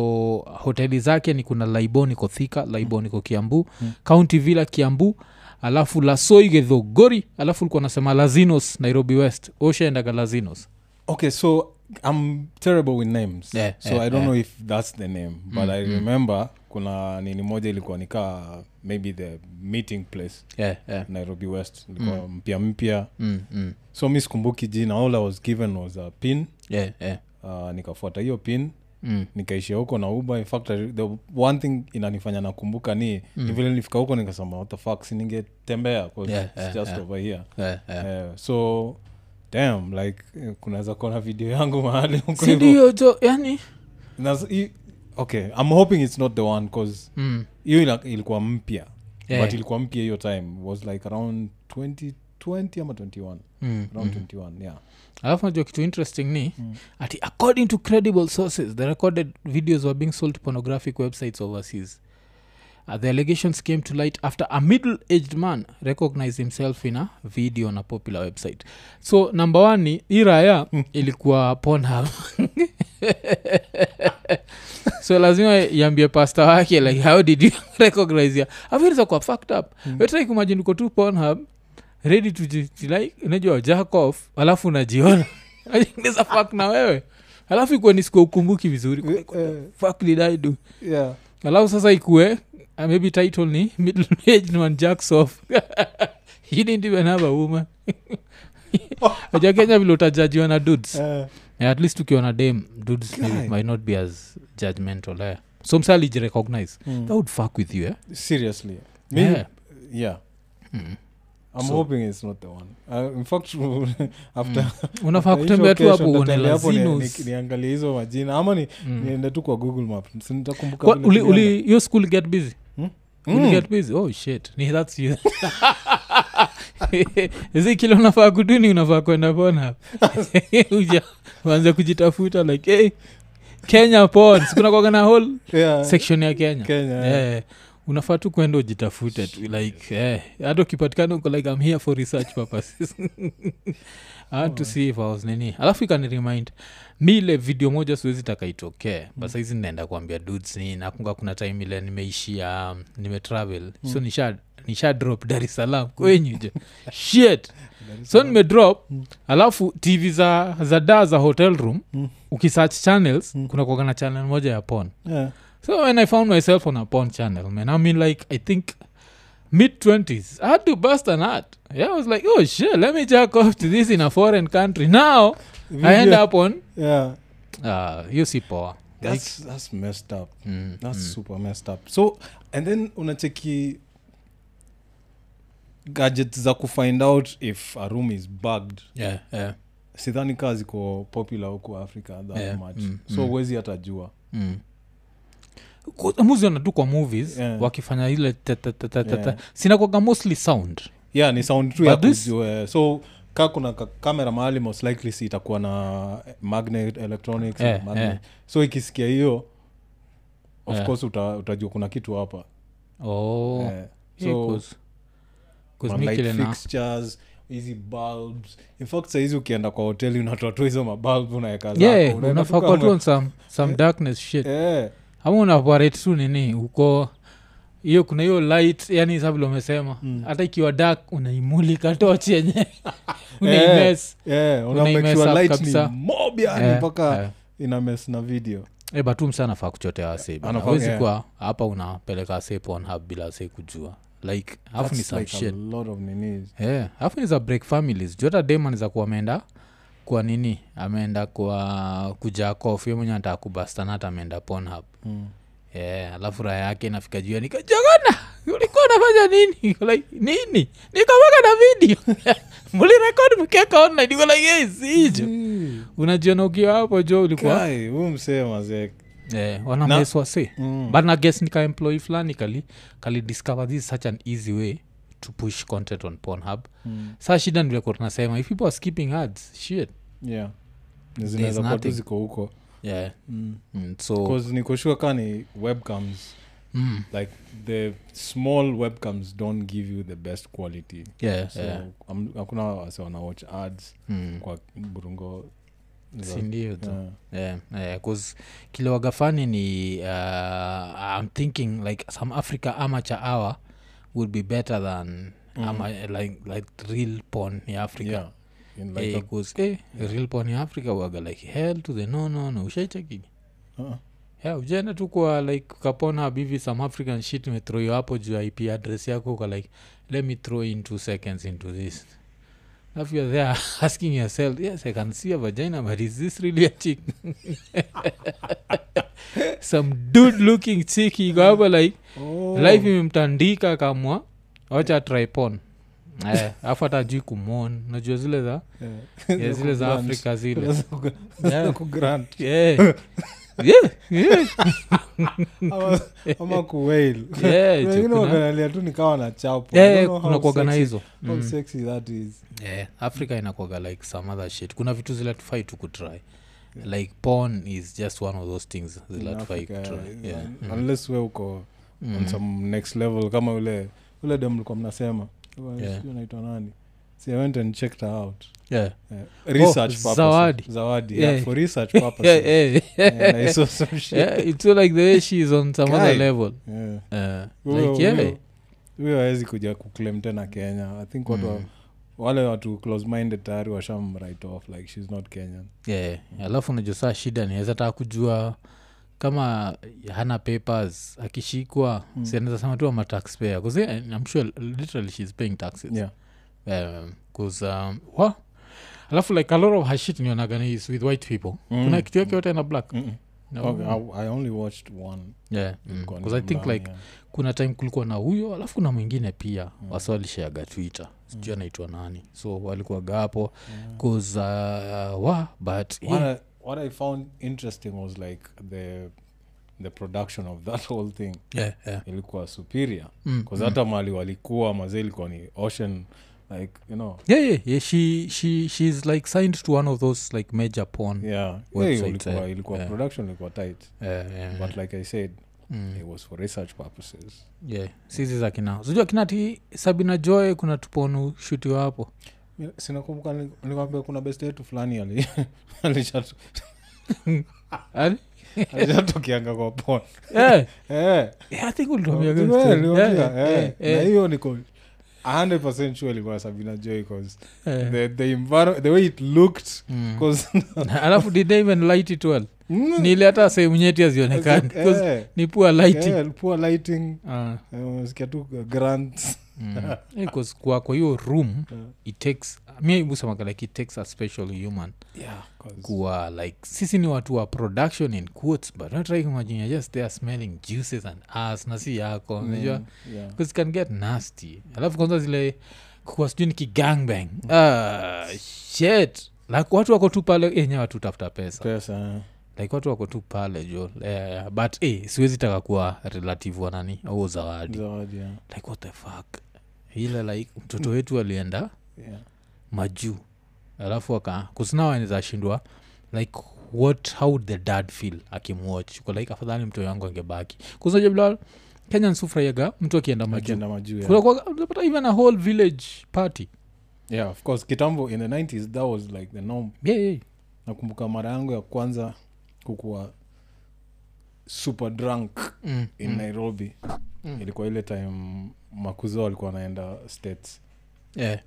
[SPEAKER 1] hoteli zake ni kuna laibon iko thika laibon iko kiambu mm. county villa kiambu alafu lasoigetho gori alafu likuwa nasema lazinos nairobi west oshaendaga lazinos
[SPEAKER 2] okay so i'm terrible with names
[SPEAKER 1] Yeah,
[SPEAKER 2] so
[SPEAKER 1] yeah,
[SPEAKER 2] i
[SPEAKER 1] yeah.
[SPEAKER 2] don't
[SPEAKER 1] Mm,
[SPEAKER 2] know if that's the name but i remember kuna nini moja ilikuwa nikaa maybe the meeting place
[SPEAKER 1] yeah, yeah.
[SPEAKER 2] nairobi west ilikuwa mpya mpya
[SPEAKER 1] Mm, mm.
[SPEAKER 2] so mi sikumbuki jina all i was given was a pin
[SPEAKER 1] yeah, yeah.
[SPEAKER 2] uh, nikafuata hiyo pin
[SPEAKER 1] Mm.
[SPEAKER 2] nikaishia huko na uba in fact I- the one thing inanifanya nakumbuka ni mm. vile nilifika huko nikasema what the fuck si ningetembea 'cause
[SPEAKER 1] Yeah,
[SPEAKER 2] it's
[SPEAKER 1] yeah,
[SPEAKER 2] just
[SPEAKER 1] yeah.
[SPEAKER 2] over here
[SPEAKER 1] Yeah, yeah.
[SPEAKER 2] Eh, so damn like eh, kunaweza kuona video yangu mahali huko
[SPEAKER 1] Si
[SPEAKER 2] hivyo.
[SPEAKER 1] ndio jo yani
[SPEAKER 2] Na s- i- okay i'm hoping it's not the one bcause
[SPEAKER 1] mm.
[SPEAKER 2] hiyo ila- ilikuwa mpya
[SPEAKER 1] Yeah.
[SPEAKER 2] but ilikuwa mpya hiyo time was like around 2020 ama 21
[SPEAKER 1] Mm,
[SPEAKER 2] around 21 yeah
[SPEAKER 1] alafu najua kitu interesting ni mm. ati according to credible sources the recorded videos were being sold to pornographic websites overseas uh, the allegations came to light after a middle aged man recognized himself in a video on a popular website so number one ni hii raya
[SPEAKER 2] Hmm.
[SPEAKER 1] ilikuwa pornhub <laughs> so lazima iambie pasta wake like how did you <laughs> recognize ya afinza kwa fucked up
[SPEAKER 2] Hmm.
[SPEAKER 1] mm. kumajini uko tu pornhub ready to ji- ji- like unajua jack off alafu unajiona <laughs> Unaweza fuck na wewe alafu ikuwe ni siku ukumbuki vizuri Kwa- kwa-
[SPEAKER 2] Eh,
[SPEAKER 1] fuck did I do
[SPEAKER 2] yeah
[SPEAKER 1] alafu sasa ikue uh, maybe title ni <laughs> middleaged man jacks <laughs> off you didn't even have a
[SPEAKER 2] <laughs>
[SPEAKER 1] woman aja kenya vile utajajiwa na dudes
[SPEAKER 2] Eh,
[SPEAKER 1] yeah, at least ukiwa na dam dudes
[SPEAKER 2] Guy.
[SPEAKER 1] maybe might not be as judgmental eh. so msa alijirecognize
[SPEAKER 2] Mm.
[SPEAKER 1] that would fuck with you eh?
[SPEAKER 2] seriously mi
[SPEAKER 1] yeah.
[SPEAKER 2] yeah
[SPEAKER 1] Mm.
[SPEAKER 2] I'm
[SPEAKER 1] So- Mm.
[SPEAKER 2] hoping it's not the one. Uh, in fact, <laughs> after
[SPEAKER 1] unafaa
[SPEAKER 2] after hizo
[SPEAKER 1] kutembea tu hapo
[SPEAKER 2] occasion,
[SPEAKER 1] uone
[SPEAKER 2] nitatembea hapo ni-
[SPEAKER 1] lazinus
[SPEAKER 2] ni- niangalie hizo majina ama ni-
[SPEAKER 1] Mm.
[SPEAKER 2] niende tu kwa google map Si nitakumbuka
[SPEAKER 1] Kwa-
[SPEAKER 2] vile
[SPEAKER 1] uli-
[SPEAKER 2] tulienda.
[SPEAKER 1] uli- your school get busy
[SPEAKER 2] Mm.
[SPEAKER 1] Will get busy oh shit <laughs> Ni- that's you Hizi kila unafaa kuduni unafaa kwenda pona <laughs> Uja, uanze kujitafuta like hey, kenya pon sikunakwagana whole
[SPEAKER 2] Yeah,
[SPEAKER 1] section ya kenya
[SPEAKER 2] Kenya, yeah.
[SPEAKER 1] Eh, unafaa tu kwenda ujitafute tu like eh, hata ukipatikana uko like i'm here for research purposes Ah, to see if I was nini alafu ikani remind mi ile video moja siwezi taka itokee
[SPEAKER 2] Mm.
[SPEAKER 1] but saizi naenda kuambia dudes ni nakunga kuna time ile nimeishia um, nimetravel so
[SPEAKER 2] Mm.
[SPEAKER 1] nisha nisha drop dar es salaam <laughs> kwenyu jo shit
[SPEAKER 2] That is
[SPEAKER 1] so
[SPEAKER 2] all.
[SPEAKER 1] nimedrop
[SPEAKER 2] Mm.
[SPEAKER 1] alafu tv za za daa za hotel room
[SPEAKER 2] Mm.
[SPEAKER 1] ukisearch channels
[SPEAKER 2] Mm.
[SPEAKER 1] kuna kuaga na channel moja ya pon
[SPEAKER 2] Yeah.
[SPEAKER 1] so when i found myself on a porn channel man i mean like i think mid 20s i had to bust an art yeah i was like oh shit let me jack off to this in a foreign country now i end
[SPEAKER 2] Video-
[SPEAKER 1] up on
[SPEAKER 2] yeah.
[SPEAKER 1] uh you see power
[SPEAKER 2] That's, that's messed up
[SPEAKER 1] mm,
[SPEAKER 2] that's
[SPEAKER 1] mm.
[SPEAKER 2] super messed up so and then unacheki gadget za kufind out if a room is bugged
[SPEAKER 1] yeah yeah
[SPEAKER 2] sidhani kaa ziko popular huku africa that
[SPEAKER 1] Yeah,
[SPEAKER 2] much
[SPEAKER 1] mm,
[SPEAKER 2] so
[SPEAKER 1] mm.
[SPEAKER 2] huwezi hata jua
[SPEAKER 1] mm. muziona tu kwa movies
[SPEAKER 2] Yeah.
[SPEAKER 1] wakifanya ile ta- ta- ta- ta- ta- ta.
[SPEAKER 2] Yeah.
[SPEAKER 1] sinakuwaga mostly sound
[SPEAKER 2] yeah ni sound tu
[SPEAKER 1] But
[SPEAKER 2] ya
[SPEAKER 1] this-
[SPEAKER 2] kujua so ka kuna ka- kamera mahali most likely si itakuwa na eh, magnet electronics
[SPEAKER 1] Eh,
[SPEAKER 2] na magnet.
[SPEAKER 1] eh.
[SPEAKER 2] so ikisikia hiyo of
[SPEAKER 1] Eh.
[SPEAKER 2] course uta, utajua kuna kitu hapa
[SPEAKER 1] oh
[SPEAKER 2] Eh,
[SPEAKER 1] yeah,
[SPEAKER 2] so
[SPEAKER 1] 'cause- 'cause mi
[SPEAKER 2] malight
[SPEAKER 1] kile na-
[SPEAKER 2] fixtures hizi bulbs in fact sahizi ukienda kwa hoteli unatoa tu hizo mabulb unaweka zako,
[SPEAKER 1] yeah
[SPEAKER 2] unaenda tu
[SPEAKER 1] unafaa
[SPEAKER 2] kama-
[SPEAKER 1] kuwa tu on some, some darkness shit
[SPEAKER 2] Eh,
[SPEAKER 1] ama unaparate tu nini uko hiyo kuna hiyo light yani sa vile umesema
[SPEAKER 2] Mm.
[SPEAKER 1] hata ikiwa dark unaimulika tochi
[SPEAKER 2] <laughs>
[SPEAKER 1] yenye
[SPEAKER 2] Eh,
[SPEAKER 1] unaimes
[SPEAKER 2] eh, una
[SPEAKER 1] Una
[SPEAKER 2] make
[SPEAKER 1] imess
[SPEAKER 2] sure
[SPEAKER 1] up
[SPEAKER 2] light
[SPEAKER 1] kabisa.
[SPEAKER 2] ni mob yani
[SPEAKER 1] Eh,
[SPEAKER 2] mpaka
[SPEAKER 1] eh.
[SPEAKER 2] ina mess na video
[SPEAKER 1] Eh, but tu msa anafaa kuchotea wasebana
[SPEAKER 2] Anafaa-
[SPEAKER 1] wezi
[SPEAKER 2] yeah.
[SPEAKER 1] kuwa hapa unapeleka wase pornhub bila wase kujua like afu ni
[SPEAKER 2] That's
[SPEAKER 1] some
[SPEAKER 2] like a
[SPEAKER 1] shit
[SPEAKER 2] lot of ninis
[SPEAKER 1] Eh, afu ni za break families jota demon za kuwa ameenda kwa nini ameenda kwa kujakof ye mwenye anataka kubastanat ameenda pornhub
[SPEAKER 2] mm.
[SPEAKER 1] Yeah, alafu raha yake inafika juu nikajagana ulikuwa unafanya nini <laughs> Niko like, nini nikamaka na video <laughs> mlirekod mkeka online Niko like, "Hey, sijo
[SPEAKER 2] Mm.
[SPEAKER 1] Mm-hmm. unajiona ukiwa hapo jo ulikuwa
[SPEAKER 2] Kai, huyu msee mazee
[SPEAKER 1] yeah,
[SPEAKER 2] Na-
[SPEAKER 1] wanameswase
[SPEAKER 2] Mm.
[SPEAKER 1] but nages nikaemploy fulani kali kali discover this is such an easy way to push content on pornhub
[SPEAKER 2] Mm.
[SPEAKER 1] saa shida ndilekuwa tunasema if people are skipping ads shit
[SPEAKER 2] Yeah. zinaweza kuwa tu
[SPEAKER 1] nothing.
[SPEAKER 2] ziko huko
[SPEAKER 1] yeah
[SPEAKER 2] mm.
[SPEAKER 1] mm, so
[SPEAKER 2] 'Cause nikoshua kaa ni webcams
[SPEAKER 1] mm,
[SPEAKER 2] like the small webcams don't give you the best quality
[SPEAKER 1] yeah,
[SPEAKER 2] so
[SPEAKER 1] yeah,
[SPEAKER 2] am- hakuna wase wanawatch ads
[SPEAKER 1] mm.
[SPEAKER 2] kwa burungo za-
[SPEAKER 1] sindio tu
[SPEAKER 2] Yeah.
[SPEAKER 1] yeah, yeah, Eh, 'cause kile wagafani ni uh, i'm thinking like some africa amateur hour would be better than
[SPEAKER 2] Mhm.
[SPEAKER 1] ama, like, like real porn ya africa
[SPEAKER 2] Yeah. In like
[SPEAKER 1] Eh,
[SPEAKER 2] the-
[SPEAKER 1] 'cause, eh, real porn ya africa waga like hell to the no no no ushaicheki
[SPEAKER 2] Uh-uh.
[SPEAKER 1] yeah, ujaenda tu kwa like kapona hivi some african shit umetroiwa hapo juu ya ip address yako uka like let me throw in two seconds into this Alafu you're there <laughs> asking yourself yes i can see a vagina but is this really a chick <laughs> some dude looking chick iko hapo like
[SPEAKER 2] Oh.
[SPEAKER 1] life imemtandika kamwa wacha tripon afu hata ajui kumon najua zile za
[SPEAKER 2] Yeah.
[SPEAKER 1] yeah, zile za
[SPEAKER 2] Kugrant.
[SPEAKER 1] afrika zile
[SPEAKER 2] Za kugra-
[SPEAKER 1] Yeah.
[SPEAKER 2] za kugrant.
[SPEAKER 1] yeah. Yeah, yeah,
[SPEAKER 2] Ama- ama kuwail <laughs>
[SPEAKER 1] yeah, jo,
[SPEAKER 2] wengine
[SPEAKER 1] kuna-
[SPEAKER 2] wakanalia tu nikawa na chapo I don't
[SPEAKER 1] Eh,
[SPEAKER 2] know
[SPEAKER 1] kuna
[SPEAKER 2] how
[SPEAKER 1] kuaga na
[SPEAKER 2] sexy-
[SPEAKER 1] hizo
[SPEAKER 2] how
[SPEAKER 1] Mm.
[SPEAKER 2] sexy that is.
[SPEAKER 1] Eh, africa inakwaga like some other shit kuna vitu zilatufai tu kutry like porn is just one of those things
[SPEAKER 2] In
[SPEAKER 1] zilatufai
[SPEAKER 2] Africa,
[SPEAKER 1] kutry
[SPEAKER 2] yeah.
[SPEAKER 1] yeah. mm.
[SPEAKER 2] unless we uko on
[SPEAKER 1] mm.
[SPEAKER 2] some next level kama ule ule dem mlikuwa mnasema
[SPEAKER 1] Yeah.
[SPEAKER 2] Sijui anaitwa nani See, I went and checked her out
[SPEAKER 1] yeah.
[SPEAKER 2] Eh, research purposes.
[SPEAKER 1] Oh, Zawadi.
[SPEAKER 2] Zawadi, yeah,
[SPEAKER 1] Yeah.
[SPEAKER 2] for
[SPEAKER 1] <laughs>
[SPEAKER 2] research
[SPEAKER 1] yeah,
[SPEAKER 2] purposes.
[SPEAKER 1] yeah.
[SPEAKER 2] Yeah, and I saw some
[SPEAKER 1] <laughs>
[SPEAKER 2] shit.
[SPEAKER 1] yeah, it's so like the way she is on some other
[SPEAKER 2] Guy.
[SPEAKER 1] level
[SPEAKER 2] Yeah.
[SPEAKER 1] uh,
[SPEAKER 2] Huyo-
[SPEAKER 1] like yeah
[SPEAKER 2] huyo- huyo hawezi kuja kuclaim tena kenya i think watu wa-
[SPEAKER 1] Mm.
[SPEAKER 2] wale watu close minded tayari washam right off like she's not kenyan
[SPEAKER 1] yeah. alafu unajua saa shida niweza taka kujua kama hana papers akishikwa mm.
[SPEAKER 2] Mm.
[SPEAKER 1] sianaweza sema tu amataxpayer bcause i'm sure literally she's paying taxes
[SPEAKER 2] yeah.
[SPEAKER 1] um, 'cause, um, wa alafu like a lot of her shit nionagan is with white people
[SPEAKER 2] Mm.
[SPEAKER 1] kuna kitu yake yote na black
[SPEAKER 2] Mm-mm.
[SPEAKER 1] No.
[SPEAKER 2] Okay, I, i only watched one
[SPEAKER 1] Yeah, mm.
[SPEAKER 2] Ilikuwa ni
[SPEAKER 1] 'Cause i think
[SPEAKER 2] Mlami,
[SPEAKER 1] like
[SPEAKER 2] yeah.
[SPEAKER 1] kuna time kulikuwa na huyo alafu kuna mwingine pia mm. waswalishaga twitter sijui anaitwa nani so walikuwaga hapo
[SPEAKER 2] Mm.
[SPEAKER 1] bcause uh, wa but
[SPEAKER 2] what, I, what i found interesting was like the the production of that whole thing
[SPEAKER 1] yeah, yeah.
[SPEAKER 2] ilikuwa superior
[SPEAKER 1] Mm,
[SPEAKER 2] bcause hata mali walikuwa mazee ilikuwa ni ocean like you know
[SPEAKER 1] yeah, yeah, yeah. She, she, she's like signed to one of those like major porn
[SPEAKER 2] yeah
[SPEAKER 1] Website,
[SPEAKER 2] yeah, ilikuwa,
[SPEAKER 1] eh,
[SPEAKER 2] ilikuwa
[SPEAKER 1] yeah. Mm-hmm.
[SPEAKER 2] production ilikuwa tight
[SPEAKER 1] yeah, yeah,
[SPEAKER 2] but like i said
[SPEAKER 1] uh, mm.
[SPEAKER 2] it was for research purposes
[SPEAKER 1] yeah. sizi za kina sijua kina ti sabina joy kuna tuponu shutiwa hapo
[SPEAKER 2] Mi- sinakumbuka ni- nilikwambia kuna best yetu fulani
[SPEAKER 1] <laughs>
[SPEAKER 2] ali- alishatu-
[SPEAKER 1] Ani?
[SPEAKER 2] alishatokeanga kwa pon
[SPEAKER 1] Eh,
[SPEAKER 2] Eh,
[SPEAKER 1] eh, I think ulituambia hiyo
[SPEAKER 2] nilikwambia,
[SPEAKER 1] story. Eh,
[SPEAKER 2] eh,
[SPEAKER 1] eh,
[SPEAKER 2] na
[SPEAKER 1] eh,
[SPEAKER 2] hiyo niko 100 sure ilikuwa sabina joy 'cause
[SPEAKER 1] eh.
[SPEAKER 2] the, the, enviro- the way it looked
[SPEAKER 1] Mm.
[SPEAKER 2] 'cause-
[SPEAKER 1] alafu did they even light it well
[SPEAKER 2] <laughs> Mm,
[SPEAKER 1] ni ile hata sehemu nyeti hazionekani
[SPEAKER 2] eh,
[SPEAKER 1] 'cause
[SPEAKER 2] eh,
[SPEAKER 1] ni poor lighting
[SPEAKER 2] poor lighting
[SPEAKER 1] Ah,
[SPEAKER 2] eh, unasikia tu grants
[SPEAKER 1] mm. Eh, 'cause kwa kwa hiyo room
[SPEAKER 2] Eh.
[SPEAKER 1] it takes mi aibu semaga like it takes a special human
[SPEAKER 2] yeah, <laughs> 'cause-
[SPEAKER 1] kuwa like sisi ni watu wa production in quotes but not trying imagine you're just there smelling juices and ass na si yako
[SPEAKER 2] Mm,
[SPEAKER 1] unajua mm.
[SPEAKER 2] yeah.
[SPEAKER 1] because it can get nasty alafu kwanza zile kuwa sijui ni kigangbang ah, shit like watu wako tu pale enye watu tafuta pesa
[SPEAKER 2] pesa eh.
[SPEAKER 1] like watu wako tu pale jo eh, but eh, siwezi taka kuwa relative wa nani au zawadi
[SPEAKER 2] zawadi yeah.
[SPEAKER 1] like what the fuck ile like mtoto wetu alienda
[SPEAKER 2] Yeah.
[SPEAKER 1] majuu alafu aka kusinaw anaweza shindwa like what how the dad feel akimwatch Uko like afadhali mtoto wangu angebaki kusinajabla kenyan sufurahiaga mtu akienda majuu
[SPEAKER 2] Akienda majuu yeah.
[SPEAKER 1] Kunakuwaga- unapata even a whole village party
[SPEAKER 2] yeah of course kitambo in the 90s that was like the norm
[SPEAKER 1] yeah, yeah.
[SPEAKER 2] nakumbuka mara yangu ya kwanza kukuwa super drunk
[SPEAKER 1] Mm,
[SPEAKER 2] in
[SPEAKER 1] mm.
[SPEAKER 2] nairobi
[SPEAKER 1] Mm.
[SPEAKER 2] ilikuwa ile time makuzo alikuwa anaenda states
[SPEAKER 1] Yeah.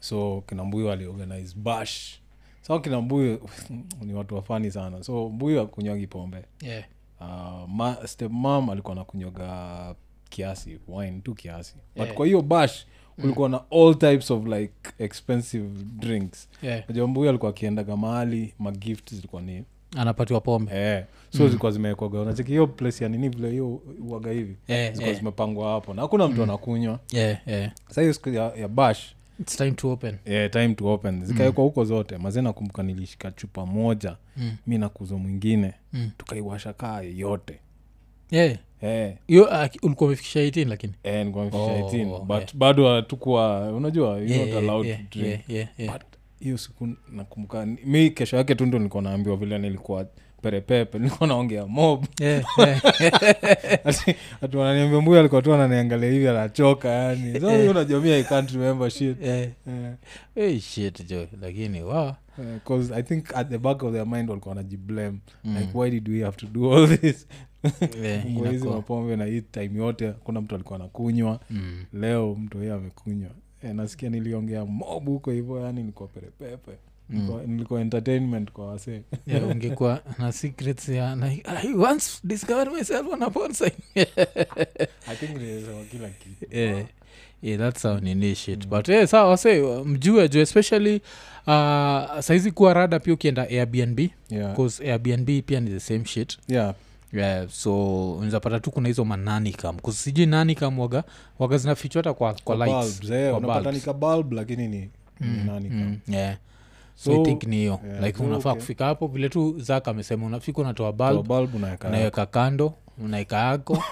[SPEAKER 2] so kina mbuyu aliorganize bash so kina mbuyu <laughs> ni watu wafani sana so mbuyu akunywagi pombe
[SPEAKER 1] Yeah.
[SPEAKER 2] uh, ma, step mam alikuwa nakunywaga kiasi wine tu kiasi but
[SPEAKER 1] Yeah. Mm.
[SPEAKER 2] kwa hiyo bash kulikuwa na all types of like expensive drinks
[SPEAKER 1] Yeah.
[SPEAKER 2] najua mbuyu alikuwa akiendaga mahali magift zilikuwa ni
[SPEAKER 1] anapatiwa pombe
[SPEAKER 2] eh, so
[SPEAKER 1] Mm.
[SPEAKER 2] zilikuwa zimewekwaga unacheki hiyo place ya nini vile hiyo uaga hivi
[SPEAKER 1] yeah,
[SPEAKER 2] zilikuwa
[SPEAKER 1] yeah.
[SPEAKER 2] zimepangwa hapo na hakuna
[SPEAKER 1] Mm.
[SPEAKER 2] mtu anakunywa
[SPEAKER 1] Yeah, yeah.
[SPEAKER 2] sa hiyo siku ya, ya bash
[SPEAKER 1] It's time to open
[SPEAKER 2] yeah, time to open zikawekwa huko zote mazee nakumbuka nilishika chupa moja
[SPEAKER 1] Mm.
[SPEAKER 2] mi na kuzo mwingine
[SPEAKER 1] Mm.
[SPEAKER 2] tukaiwasha kaa yeyote
[SPEAKER 1] Yeah.
[SPEAKER 2] eh,
[SPEAKER 1] hiyo uh, ulikuwa umefikisha 18 lakini
[SPEAKER 2] eh, nilikuwa nimefikisha
[SPEAKER 1] Oh,
[SPEAKER 2] 18, but
[SPEAKER 1] yeah.
[SPEAKER 2] bado hatukuwa unajua you're
[SPEAKER 1] Yeah,
[SPEAKER 2] not
[SPEAKER 1] yeah,
[SPEAKER 2] allowed to
[SPEAKER 1] yeah,
[SPEAKER 2] drink.
[SPEAKER 1] yeah, yeah, yeah.
[SPEAKER 2] hiyo siku nakumbuka mi kesho yake tu ndo nilikuwa naambiwa vile nilikuwa perepepe nilikuwa naongea
[SPEAKER 1] <laughs>
[SPEAKER 2] mob
[SPEAKER 1] Yeah, yeah.
[SPEAKER 2] Ati- ati wananiambia mbuyu alikuwa tu ananiangalia hivi anachoka yani
[SPEAKER 1] Eh.
[SPEAKER 2] so hiyo unajua mi i can't remember shit <laughs>
[SPEAKER 1] Yeah.
[SPEAKER 2] Eh,
[SPEAKER 1] Hey, shit jo lakini wa
[SPEAKER 2] eh, 'cause i think at the back of their mind walikuwa wanajiblame
[SPEAKER 1] Mm.
[SPEAKER 2] like why did we have to do all this <laughs>
[SPEAKER 1] yeah,
[SPEAKER 2] Kwa hizi
[SPEAKER 1] Eh, inakuwa-
[SPEAKER 2] mapombe na hii time yote kuna mtu alikuwa anakunywa
[SPEAKER 1] Mm.
[SPEAKER 2] leo mtu hiyo amekunywa e, nasikia niliongea mobu huko hivyo yaani yani nilikuwa perepepe Nilikuwa-
[SPEAKER 1] Mm.
[SPEAKER 2] nilikuwa entertainment kwa wasee
[SPEAKER 1] Yeah, ungekuwa na secrets ya like, I once discovered myself on a porn site.
[SPEAKER 2] i think nilisema kila kitu
[SPEAKER 1] yeah. Yeah, Eh, that's how nini shit but eh, yeah, sawa wase mjue juu especially uh, saizi kuwa rada pia ukienda airbnb
[SPEAKER 2] yeah.
[SPEAKER 1] bcause airbnb pia ni the same shit
[SPEAKER 2] yeah
[SPEAKER 1] yeah, so unawezapata tu kuna hizo mananikam bcause sijui nanikam waga waga zinafichwa hata kwa, kwa, lights
[SPEAKER 2] bulbs, eh,
[SPEAKER 1] kwa
[SPEAKER 2] unapata
[SPEAKER 1] bulbs.
[SPEAKER 2] nika bulb lakini ni ni nani kama.
[SPEAKER 1] Mm, yeah. so,
[SPEAKER 2] So,
[SPEAKER 1] i think ni hiyo
[SPEAKER 2] yeah,
[SPEAKER 1] like
[SPEAKER 2] so
[SPEAKER 1] unafaa
[SPEAKER 2] okay.
[SPEAKER 1] kufika hapo vile tu zaka amesema unafika unatoa
[SPEAKER 2] kwa
[SPEAKER 1] bulb
[SPEAKER 2] bulb unaweka
[SPEAKER 1] unaweka kando unaeka
[SPEAKER 2] <laughs>
[SPEAKER 1] yako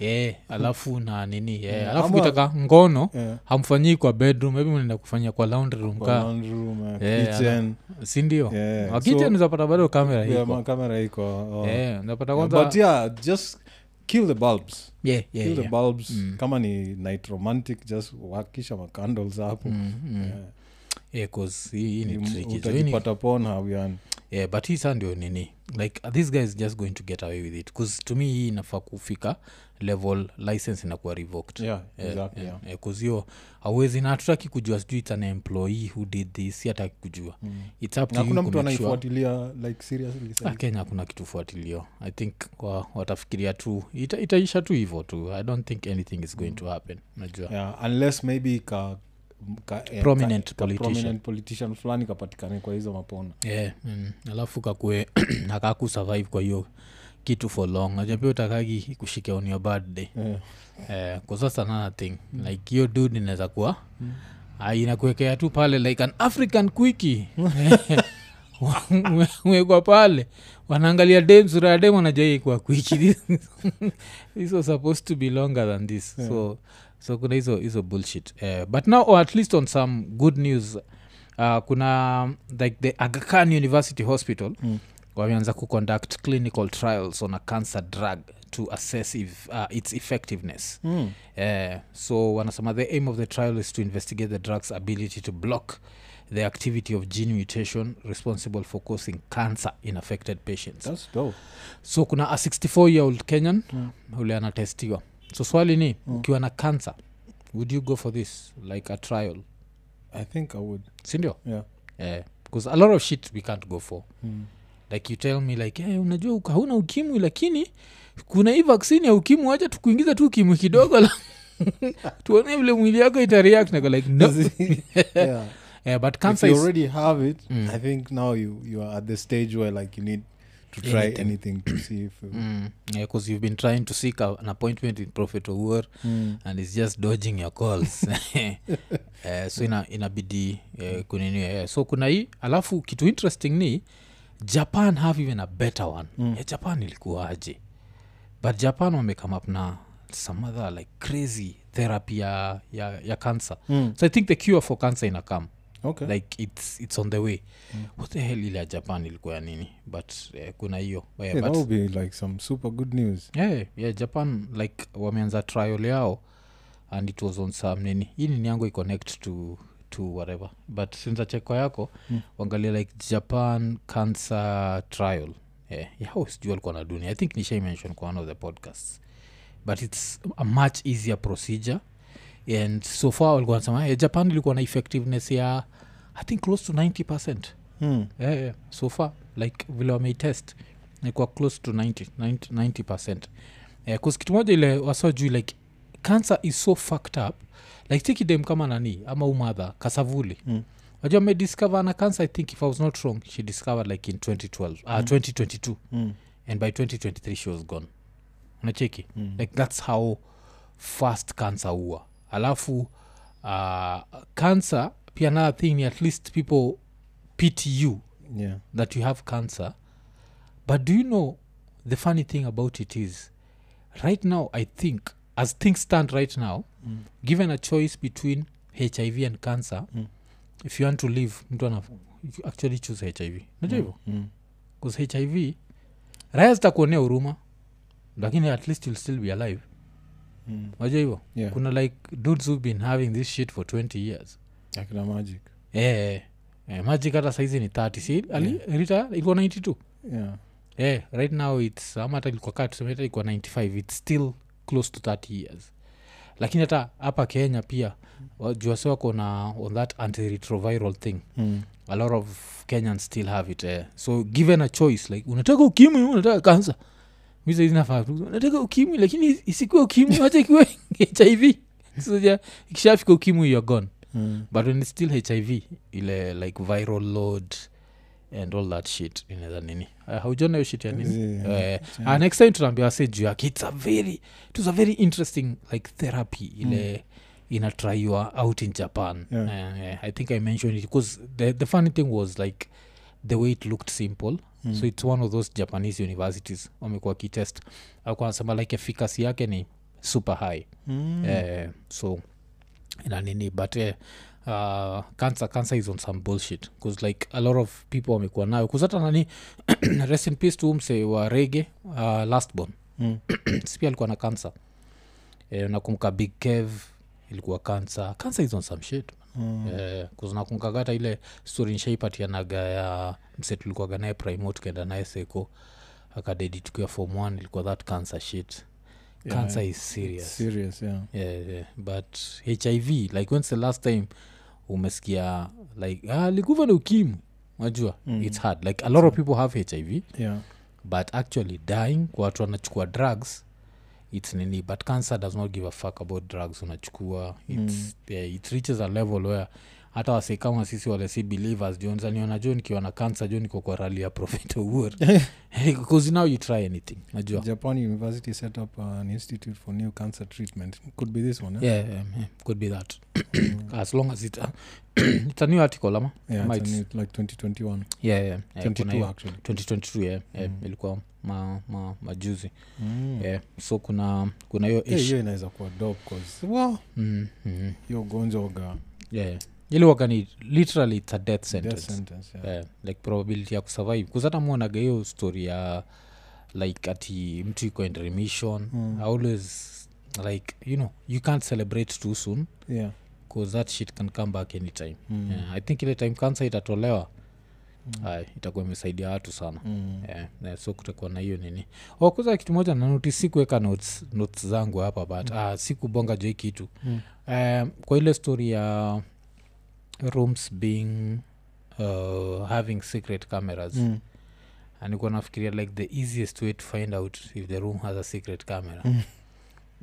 [SPEAKER 1] yeah, alafu na nini yeah.
[SPEAKER 2] Yeah,
[SPEAKER 1] alafu
[SPEAKER 2] Mm. ama-
[SPEAKER 1] kitaka ngono
[SPEAKER 2] eh,
[SPEAKER 1] hamfanyii kwa bedroom hebi mnaenda kufanyia kwa laundry room
[SPEAKER 2] kwa
[SPEAKER 1] ka
[SPEAKER 2] lounge room, eh,
[SPEAKER 1] Yeah,
[SPEAKER 2] kitchen,
[SPEAKER 1] sindio
[SPEAKER 2] yeah. So,
[SPEAKER 1] wakichen zapata bado kamera
[SPEAKER 2] yeah,
[SPEAKER 1] hiko
[SPEAKER 2] ma- kamera iko oh.
[SPEAKER 1] Yeah, unapata
[SPEAKER 2] Yeah,
[SPEAKER 1] Eh, kwanza
[SPEAKER 2] but yeah just kill the bulbs
[SPEAKER 1] yeah, yeah,
[SPEAKER 2] kill the
[SPEAKER 1] yeah.
[SPEAKER 2] bulbs
[SPEAKER 1] Mm.
[SPEAKER 2] kama ni night romantic just wakisha macandles hapo
[SPEAKER 1] Mm, mm.
[SPEAKER 2] Yeah.
[SPEAKER 1] Yeah, 'cause hii- hii ni
[SPEAKER 2] You-
[SPEAKER 1] tricky. So hii ni-
[SPEAKER 2] utajipata Pornhub, yani.
[SPEAKER 1] yeah, but hii saa ndio nini like this guy is just going to get away with it bcause to me hii inafaa kufika level license inakuwa revoked
[SPEAKER 2] Yeah,
[SPEAKER 1] Eh,
[SPEAKER 2] exactly,
[SPEAKER 1] eh,
[SPEAKER 2] yeah.
[SPEAKER 1] eh, 'cause hiyo awezi na hatutaki kujua sijui it's an employee who did this si hataki kujua
[SPEAKER 2] Mm.
[SPEAKER 1] its up to
[SPEAKER 2] na
[SPEAKER 1] you
[SPEAKER 2] hakuna
[SPEAKER 1] ku
[SPEAKER 2] mtu
[SPEAKER 1] make sure-
[SPEAKER 2] anaifuatilia like seriously
[SPEAKER 1] Ah,
[SPEAKER 2] sasa.
[SPEAKER 1] kenya hakuna kitu fuatilio i think wa, watafikiria tu ita, itaisha tu hivyo tu i don't think anything is going to happen najua
[SPEAKER 2] yeah, unless maybe ka, Ah. ka, eh,
[SPEAKER 1] Prominent
[SPEAKER 2] ka,
[SPEAKER 1] politician.
[SPEAKER 2] Ka prominent politician fulani kapatikane kwa hizo mapona
[SPEAKER 1] <clears throat> yeah, mm, alafu kakue akaku survive kwa hiyo kitu for long najua pia utakagi ikushike on your birthday
[SPEAKER 2] yeah.
[SPEAKER 1] eh, kusasa another thing like hiyo dude inaweza kuwa ah, inakuwekea tu pale like an african quickie <laughs> wekwa pale wanaangalia dem sura ya dem wanajai kwa quickie <laughs> This- this was supposed to be longer than this yeah. so so kuna hizo hizo bullshit eh, but now or at least on some good news uh, kuna um, like the agakan university hospital
[SPEAKER 2] Mm.
[SPEAKER 1] wameanza kuconduct clinical trials on a cancer drug to assess if, uh, its effectiveness
[SPEAKER 2] Mm.
[SPEAKER 1] Eh, so wanasema the aim of the trial is to investigate the drug's ability to block the activity of gene mutation responsible for causing cancer in affected patients
[SPEAKER 2] That's dope.
[SPEAKER 1] so kuna a 64 year old kenyan
[SPEAKER 2] Mm.
[SPEAKER 1] ule anatestiwa so swali ni
[SPEAKER 2] Mm.
[SPEAKER 1] ukiwa na cancer would you go for this like a trial
[SPEAKER 2] i think i would
[SPEAKER 1] sindio
[SPEAKER 2] <laughs> yeah
[SPEAKER 1] because a lot of shit we can't go for
[SPEAKER 2] mm.
[SPEAKER 1] like you tell me like hey, unajua uka- hauna ukimwi lakini kuna hii vaksini ya ukimwi wacha tukuingiza tu ukimwi kidogo <laughs> la- tuone vile mwili yako itareact nako like
[SPEAKER 2] <laughs>
[SPEAKER 1] no.
[SPEAKER 2] yeah.
[SPEAKER 1] Eh, but
[SPEAKER 2] If
[SPEAKER 1] cancer
[SPEAKER 2] you
[SPEAKER 1] is,
[SPEAKER 2] already have it,
[SPEAKER 1] Mm.
[SPEAKER 2] I think now you you are at the stage where like you need to Hmm. try
[SPEAKER 1] Anything.
[SPEAKER 2] anything, to see if. You,
[SPEAKER 1] mm, yeah, 'cause you've been trying to seek a, an appointment with prophet owuor
[SPEAKER 2] mm.
[SPEAKER 1] and it's just dodging your calls <laughs> eh, so ina, inabidi eh, kuniniwa eh. so kuna hii alafu kitu interesting ni japan have even a better one
[SPEAKER 2] Mm.
[SPEAKER 1] eh, japan ilikuwaje but japan wamecome up na some other like crazy therapy ya, ya, ya cancer
[SPEAKER 2] Mm.
[SPEAKER 1] so i think the cure for cancer ina come
[SPEAKER 2] Okay.
[SPEAKER 1] like it's, it's on the way mm. what the hell ile ya japan ilikuwa ya nini but eh, kuna hiyo eh,
[SPEAKER 2] yeah, that
[SPEAKER 1] but
[SPEAKER 2] would be like some super good news.
[SPEAKER 1] yeah, yeah, japan like wameanza trial yao and it was on some nini hii nini yangu iconnect to to whatever but sinza cheko yako
[SPEAKER 2] Mm.
[SPEAKER 1] wangalia like japan cancer trial yeah, yao sijuu alikuwa na dunia i think nishai mention kwa one of the podcasts but its a much easier procedure and so far walikuwa nasema yeah, japan ilikuwa na effectiveness ya i think close to 90 percent
[SPEAKER 2] Mm.
[SPEAKER 1] yeah, yeah. Eh, so far like vile wameitest nikuwa close to 90 90 90 percent eh, 'cause kitu moja ile wasajui like cancer is so fucked up like tikidem kama nani ama umadha kasavuli
[SPEAKER 2] Mm.
[SPEAKER 1] wajua amediscover ana cancer i think if i was not wrong she discovered like in 2012 uh, 2022
[SPEAKER 2] Mm.
[SPEAKER 1] and by 2023 she was gone unacheki
[SPEAKER 2] Mm.
[SPEAKER 1] like that's how fast cancer huwa alafu uh, cancer pia another thing ni at least people pity you
[SPEAKER 2] Yeah.
[SPEAKER 1] that you have cancer but do you know the funny thing about it is right now i think as things stand right now
[SPEAKER 2] Mm.
[SPEAKER 1] given a choice between hiv and cancer
[SPEAKER 2] Mm.
[SPEAKER 1] if you want to live mtu ana you actually choose hiv najua hivo
[SPEAKER 2] Mm.
[SPEAKER 1] bcause hiv raya zitakuonea huruma lakini at least you'll still be alive
[SPEAKER 2] Mm.
[SPEAKER 1] najua hivo
[SPEAKER 2] Yeah.
[SPEAKER 1] kuna like dudes who've been having this shit for 20 years
[SPEAKER 2] Akina magic.
[SPEAKER 1] eh, eh, magic hata saizi ni 30 si ali retire ilikuwa 92
[SPEAKER 2] Yeah.
[SPEAKER 1] yeah, Eh, right now its ama hata ilikuwa kaa tuseme hata ilikuwa 95 its still close to 30 years lakini hata hapa kenya pia juase wako na on that antiretroviral thing
[SPEAKER 2] Mm.
[SPEAKER 1] a lot of kenyans still have it eh. so given a choice like unataka ukimwi ama unataka kansa unataka ukimwi lakini isikuwa ukimwi hata ikiwa hiv soja ikishafika ukimwi youare gone
[SPEAKER 2] Mm.
[SPEAKER 1] but when it's still hiv ile like viral load and all that shit inaweza nini uh, haujona hiyo shit ya nini
[SPEAKER 2] Yeah. Mm.
[SPEAKER 1] Eh, ah, next time tunaambia wase juu yake its a very it was a very interesting like therapy
[SPEAKER 2] Mm.
[SPEAKER 1] ile inatraiwa out in japan
[SPEAKER 2] Yeah.
[SPEAKER 1] Eh, eh, i think i mentioned it because the, the funny thing was like the way it looked simple
[SPEAKER 2] Mm.
[SPEAKER 1] so it's one of those japanese universities wamekuwa kitest akuwa anasema like efficacy yake ni super high
[SPEAKER 2] Mm.
[SPEAKER 1] eh, so ina nini but eh, uh, cancer cancer is on some bullshit bcause like a lot of people wamekuwa nayo bcause hata nani <clears throat> rest in peace tu mse wa rege uh, last born <clears throat>
[SPEAKER 2] Mm.
[SPEAKER 1] sipia alikuwa na cancer eh, nakumka big cave ilikuwa cancer cancer is on some shit
[SPEAKER 2] Mm.
[SPEAKER 1] Eh, 'cause nakumbukaga hata ile story nishaipatianaga ya mse tulikuaga naye primo tukaenda naye seko akadedi tukiwa form one ilikuwa that cancer shit
[SPEAKER 2] Yeah,
[SPEAKER 1] cancer
[SPEAKER 2] yeah.
[SPEAKER 1] is serious
[SPEAKER 2] Serious. Yeah.
[SPEAKER 1] yeah, yeah. but hiv like when's the last time umesikia like ah, likuva ni ukimwi unajua
[SPEAKER 2] Mm.
[SPEAKER 1] it's hard like a lot of people have hiv
[SPEAKER 2] Yeah.
[SPEAKER 1] but actually dying kwa watu wanachukua drugs its nini but cancer does not give a fuck about drugs unachukua it's, yeah, it reaches a level where hata wasee kama sisi wale si believers jonzaniona jo nikiwa na kansa jo niko kwa rali ya <laughs> profet owuor <laughs> bcause now you try anything najua
[SPEAKER 2] japan university set up an institute for new cancer treatment could be this one eh?
[SPEAKER 1] yeah, um, yeah, could be <coughs> that as long as it, <coughs> it's a new article ama
[SPEAKER 2] yeah,
[SPEAKER 1] Ama
[SPEAKER 2] it's
[SPEAKER 1] it's-
[SPEAKER 2] only like 2021
[SPEAKER 1] yeah, yeah, yeah, Eh, kuna
[SPEAKER 2] 22
[SPEAKER 1] hiyo.
[SPEAKER 2] actually
[SPEAKER 1] 2022 yeah, yeah,
[SPEAKER 2] Mm.
[SPEAKER 1] ilikuwa ma, ma, majuzi
[SPEAKER 2] Mm.
[SPEAKER 1] yeah. so kuna kuna hiyo
[SPEAKER 2] Yeah,
[SPEAKER 1] Eh, ish-
[SPEAKER 2] hiyo inaweza kuwa dope 'cause, well,
[SPEAKER 1] Mm, mm,
[SPEAKER 2] hiyo ugonjwa uga-
[SPEAKER 1] yeah. ili wakani literally it's a death sentence Eh.
[SPEAKER 2] death sentence, yeah.
[SPEAKER 1] yeah. like probability ya kusurvive kuzata mwonaga hiyo story ya like ati mtu iko in remission
[SPEAKER 2] Mm.
[SPEAKER 1] I always like you know you can't celebrate too soon
[SPEAKER 2] Yeah.
[SPEAKER 1] bcause that shit can come back anytime
[SPEAKER 2] Mm.
[SPEAKER 1] yeah. i think ile time kansa itatolewa ay itakuwa imesaidia watu sana
[SPEAKER 2] Mm.
[SPEAKER 1] yeah, yeah, so kutakuwa na hiyo nini okuza kitu moja nanoti sikuweka notes, notes zangu hapa but mm. ah, sikubonga jo hii kitu
[SPEAKER 2] Mm.
[SPEAKER 1] um, kwa ile story ya rooms being uh, having secret cameras mm.
[SPEAKER 2] Mm.
[SPEAKER 1] anikuwa nafikiria like the easiest way to find out if the room has a secret camera
[SPEAKER 2] Mm.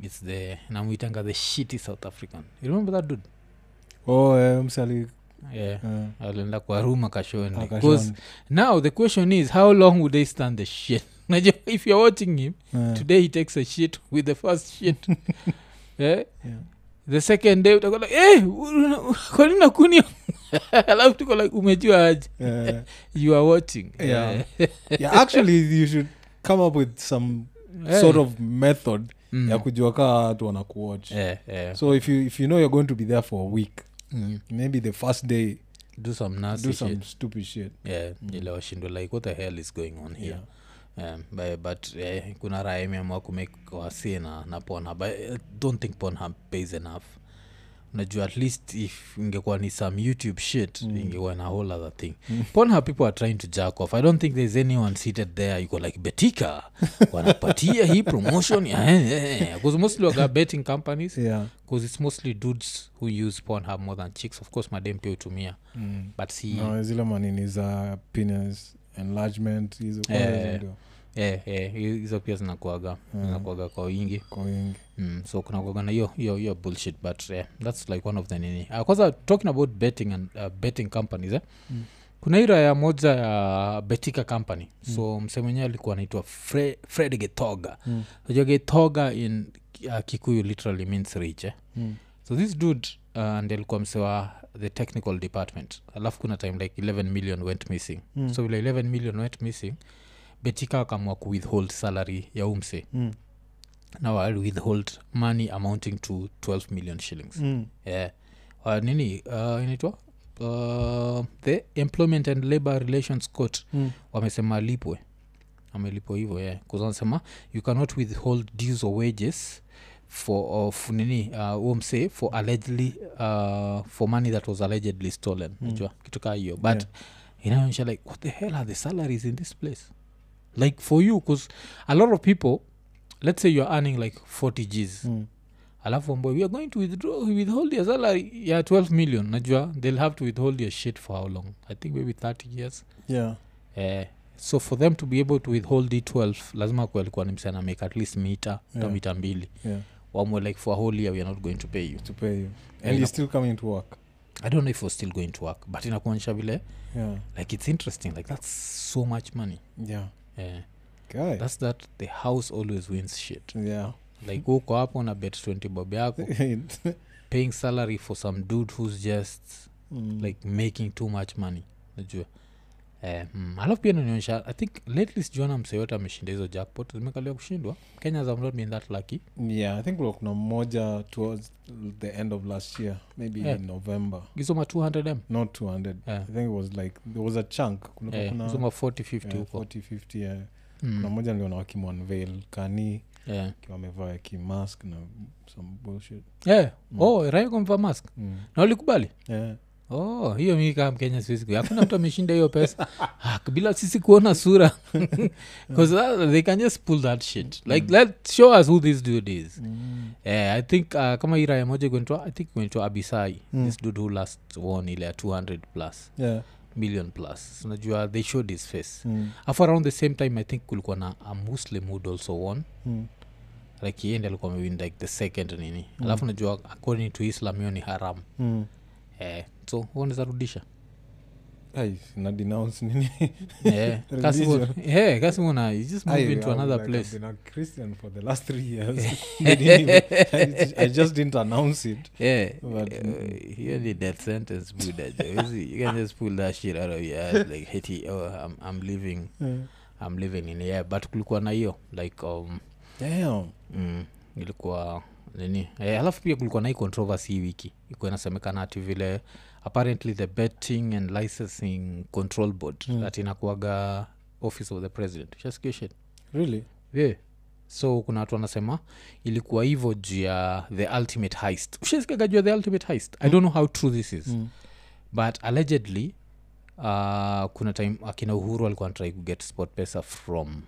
[SPEAKER 1] its the namuitanga the shitty south african you remember that dude
[SPEAKER 2] Oh, eh, msali-
[SPEAKER 1] yeah
[SPEAKER 2] eh,
[SPEAKER 1] alienda kwa room akashoni because
[SPEAKER 2] akashoni.
[SPEAKER 1] now the question is how long would they stand the shit <laughs> najua if you're watching him
[SPEAKER 2] Eh,
[SPEAKER 1] today he takes a shit with the first
[SPEAKER 2] <laughs>
[SPEAKER 1] shit eh?
[SPEAKER 2] yeah.
[SPEAKER 1] the second day utakuwa like eh, kwani nakunia <laughs> alafu tuko like umejua aje
[SPEAKER 2] Eh,
[SPEAKER 1] you are watching Eh. <laughs>
[SPEAKER 2] Yeah. yeah, actually you should come up with some sort of method
[SPEAKER 1] Eh. mm.
[SPEAKER 2] ya kujua kaa watu wanakuwatch
[SPEAKER 1] eh, eh.
[SPEAKER 2] so if you, if you know you're going to be there for a week
[SPEAKER 1] mm.
[SPEAKER 2] maybe the first day
[SPEAKER 1] do some nasty
[SPEAKER 2] do some
[SPEAKER 1] shit
[SPEAKER 2] stupid shit
[SPEAKER 1] yeah
[SPEAKER 2] Mm.
[SPEAKER 1] ile washindwa like what the hell is going on here
[SPEAKER 2] yeah.
[SPEAKER 1] um, but, but eh, kuna raha imeamua kumake wasi na, na Pornhub. I I don't think Pornhub pays enough najua at least if ingekuwa ni some youtube shit
[SPEAKER 2] Mm.
[SPEAKER 1] ingekuwa na whole other thing
[SPEAKER 2] Mm.
[SPEAKER 1] Pornhub people are trying to jack off i don't think there's anyone seated there yuko like betika
[SPEAKER 2] <laughs>
[SPEAKER 1] wanapatia hii promotion because mostly waga betting companies
[SPEAKER 2] yeah.
[SPEAKER 1] because it's mostly dudes who use Pornhub more than chicks of course madem pia hutumia
[SPEAKER 2] Mm.
[SPEAKER 1] but si
[SPEAKER 2] no, zile manini za penis enlargement hizo kwanza hizo
[SPEAKER 1] Eh.
[SPEAKER 2] ndio
[SPEAKER 1] eh, eh, hizo pia zinakuaga
[SPEAKER 2] Mm.
[SPEAKER 1] zinakuaga kwa wingi
[SPEAKER 2] kwa wingi
[SPEAKER 1] mm, so kuna kuagana hiyo hiyo hiyo bullshit but eh, that's like one of the nini uh, kwanza talking about betting and uh, betting companies eh?
[SPEAKER 2] Mm.
[SPEAKER 1] kuna hii raya moja ya betika company so msee mwenyewe alikuwa anaitwa Fre- fred getoga
[SPEAKER 2] Mm.
[SPEAKER 1] najua getoga in uh, kikuyu literally means rich eh?
[SPEAKER 2] Mm.
[SPEAKER 1] so this dude uh, ndi alikuwa msee wa the technical department alafu kuna time like 11 million went missing
[SPEAKER 2] Mm.
[SPEAKER 1] so vile 11 million went missing betika akamua ku withhold salary ya umse
[SPEAKER 2] Mm.
[SPEAKER 1] now i'll withhold money amounting to 12 million shillings
[SPEAKER 2] Mm.
[SPEAKER 1] yeah. uh, nini uh, inaitwa uh, the employment and labor relations court
[SPEAKER 2] Mm.
[SPEAKER 1] wamesema alipwe amelipwa hivyo yeah. kuzanasema you cannot withhold dues or wages for of nini uh, mse for allegedly uh, for money that was allegedly stolen
[SPEAKER 2] Mm.
[SPEAKER 1] najua kitu kaa hiyo but inaonyesha like what the hell are the salaries in this place like for you bcause a lot of people let's say youare earning like 40 gs
[SPEAKER 2] Mm.
[SPEAKER 1] alafu amboy weare going to withdraw, withhold your salary ya 12 million najua they'll have to withhold your shit for how long i think maybe 30 years
[SPEAKER 2] yeah
[SPEAKER 1] eh, so for them to be able to withhold d12 lazima kuwe alikuwa ni msana make at least mita yeah.
[SPEAKER 2] Yeah.
[SPEAKER 1] mita mbili
[SPEAKER 2] yeah
[SPEAKER 1] wamwe like for a whole year weare not going to pay you
[SPEAKER 2] to pay you
[SPEAKER 1] Yeah,
[SPEAKER 2] and
[SPEAKER 1] ina-
[SPEAKER 2] he's still coming to work
[SPEAKER 1] i don't know if we're still going to work but inakuonyesha vile
[SPEAKER 2] yeah
[SPEAKER 1] like it's interesting like that's so much money
[SPEAKER 2] yeah
[SPEAKER 1] eh,
[SPEAKER 2] guy
[SPEAKER 1] that's that the house always wins shit
[SPEAKER 2] <laughs> yeah
[SPEAKER 1] like uko hapo na bet 20 bob yako paying salary for some dude who's just
[SPEAKER 2] Mm.
[SPEAKER 1] like making too much money najua Eh, mm, alafu pia nanionyesha i think lately sijuana mseyote ameshinda hizo jackpot zimekalia kushindwa kenya have not been that lucky
[SPEAKER 2] yeah i think kulikuwa kuna moja towards the end of last year maybe
[SPEAKER 1] Yeah.
[SPEAKER 2] in november
[SPEAKER 1] gizoma 200 m
[SPEAKER 2] not 200
[SPEAKER 1] Yeah.
[SPEAKER 2] i think it was like there was a chunk kulikuwa
[SPEAKER 1] Eh,
[SPEAKER 2] kuna eh,
[SPEAKER 1] gizoma 40 50
[SPEAKER 2] yeah,
[SPEAKER 1] huko
[SPEAKER 2] 40 50 yeah.
[SPEAKER 1] Mm,
[SPEAKER 2] kuna moja niliona wakimonveil kani
[SPEAKER 1] yeah.
[SPEAKER 2] akiwa amevaa kimask na some bullshit
[SPEAKER 1] Eh,
[SPEAKER 2] Mm.
[SPEAKER 1] oh raikomva mask
[SPEAKER 2] mm.
[SPEAKER 1] na ulikubali
[SPEAKER 2] yeah.
[SPEAKER 1] oh hiyo mi kaa mkenya siwezi ku- hakuna mtu ameshinda hiyo
[SPEAKER 2] <laughs>
[SPEAKER 1] pesa Ah, bila sisi kuona sura 'Cause that- they can just pull that shit like
[SPEAKER 2] Mm.
[SPEAKER 1] let show us who this dude is
[SPEAKER 2] mm.
[SPEAKER 1] yeah, i think uh, kama hii raya moja kuitwa i think kuitwa abisai
[SPEAKER 2] Mm.
[SPEAKER 1] this dude who last won ile ya 200 plus
[SPEAKER 2] yeah.
[SPEAKER 1] million plus unajua they showed his face
[SPEAKER 2] mm.
[SPEAKER 1] afu around the same time i think kulikuwa na a muslim who'd also won
[SPEAKER 2] mm.
[SPEAKER 1] like yeye ndiye alikuwa amewin like the second nini
[SPEAKER 2] Mm.
[SPEAKER 1] alafu najua according to islam hiyo ni haram
[SPEAKER 2] mm.
[SPEAKER 1] eh, so huo
[SPEAKER 2] <laughs>
[SPEAKER 1] nizarudisha
[SPEAKER 2] Ai, na denounce <laughs> nini
[SPEAKER 1] Eh, kasi huo-
[SPEAKER 2] Religion.
[SPEAKER 1] <laughs> eh, kasi huona, you just move
[SPEAKER 2] Ai,
[SPEAKER 1] into
[SPEAKER 2] I'm
[SPEAKER 1] another
[SPEAKER 2] like, I've
[SPEAKER 1] place.
[SPEAKER 2] been a Christian for the last three years. <laughs> I, didn't even, I, I just didn't announce it.
[SPEAKER 1] Yeah,
[SPEAKER 2] But-
[SPEAKER 1] uh, Eh, hiyo ni death sentence buda jo. Hizi- you can just pull that shit out of your ass like hiti oh, I'm, I'm
[SPEAKER 2] <laughs>
[SPEAKER 1] living
[SPEAKER 2] Eh.
[SPEAKER 1] I'm living in here but kulikuwa na hiyo like um,
[SPEAKER 2] Damn.
[SPEAKER 1] mm, ilikuwa nini eh, alafu pia kulikuwa na hii controversy hii wiki ilikuwa inasemekana hati vile apparently the betting and licensing control board mm.
[SPEAKER 2] Mm.
[SPEAKER 1] that inakuaga office of the president shaskia shit
[SPEAKER 2] Really?
[SPEAKER 1] yeah. so kuna watu wanasema ilikuwa hivyo juu ya the ultimate heist ushasikega juu ya the ultimate heist i don't know how true this is
[SPEAKER 2] Mm.
[SPEAKER 1] but allegedly uh, kuna time akina uhuru alikuwa anatrai kuget sport pesa from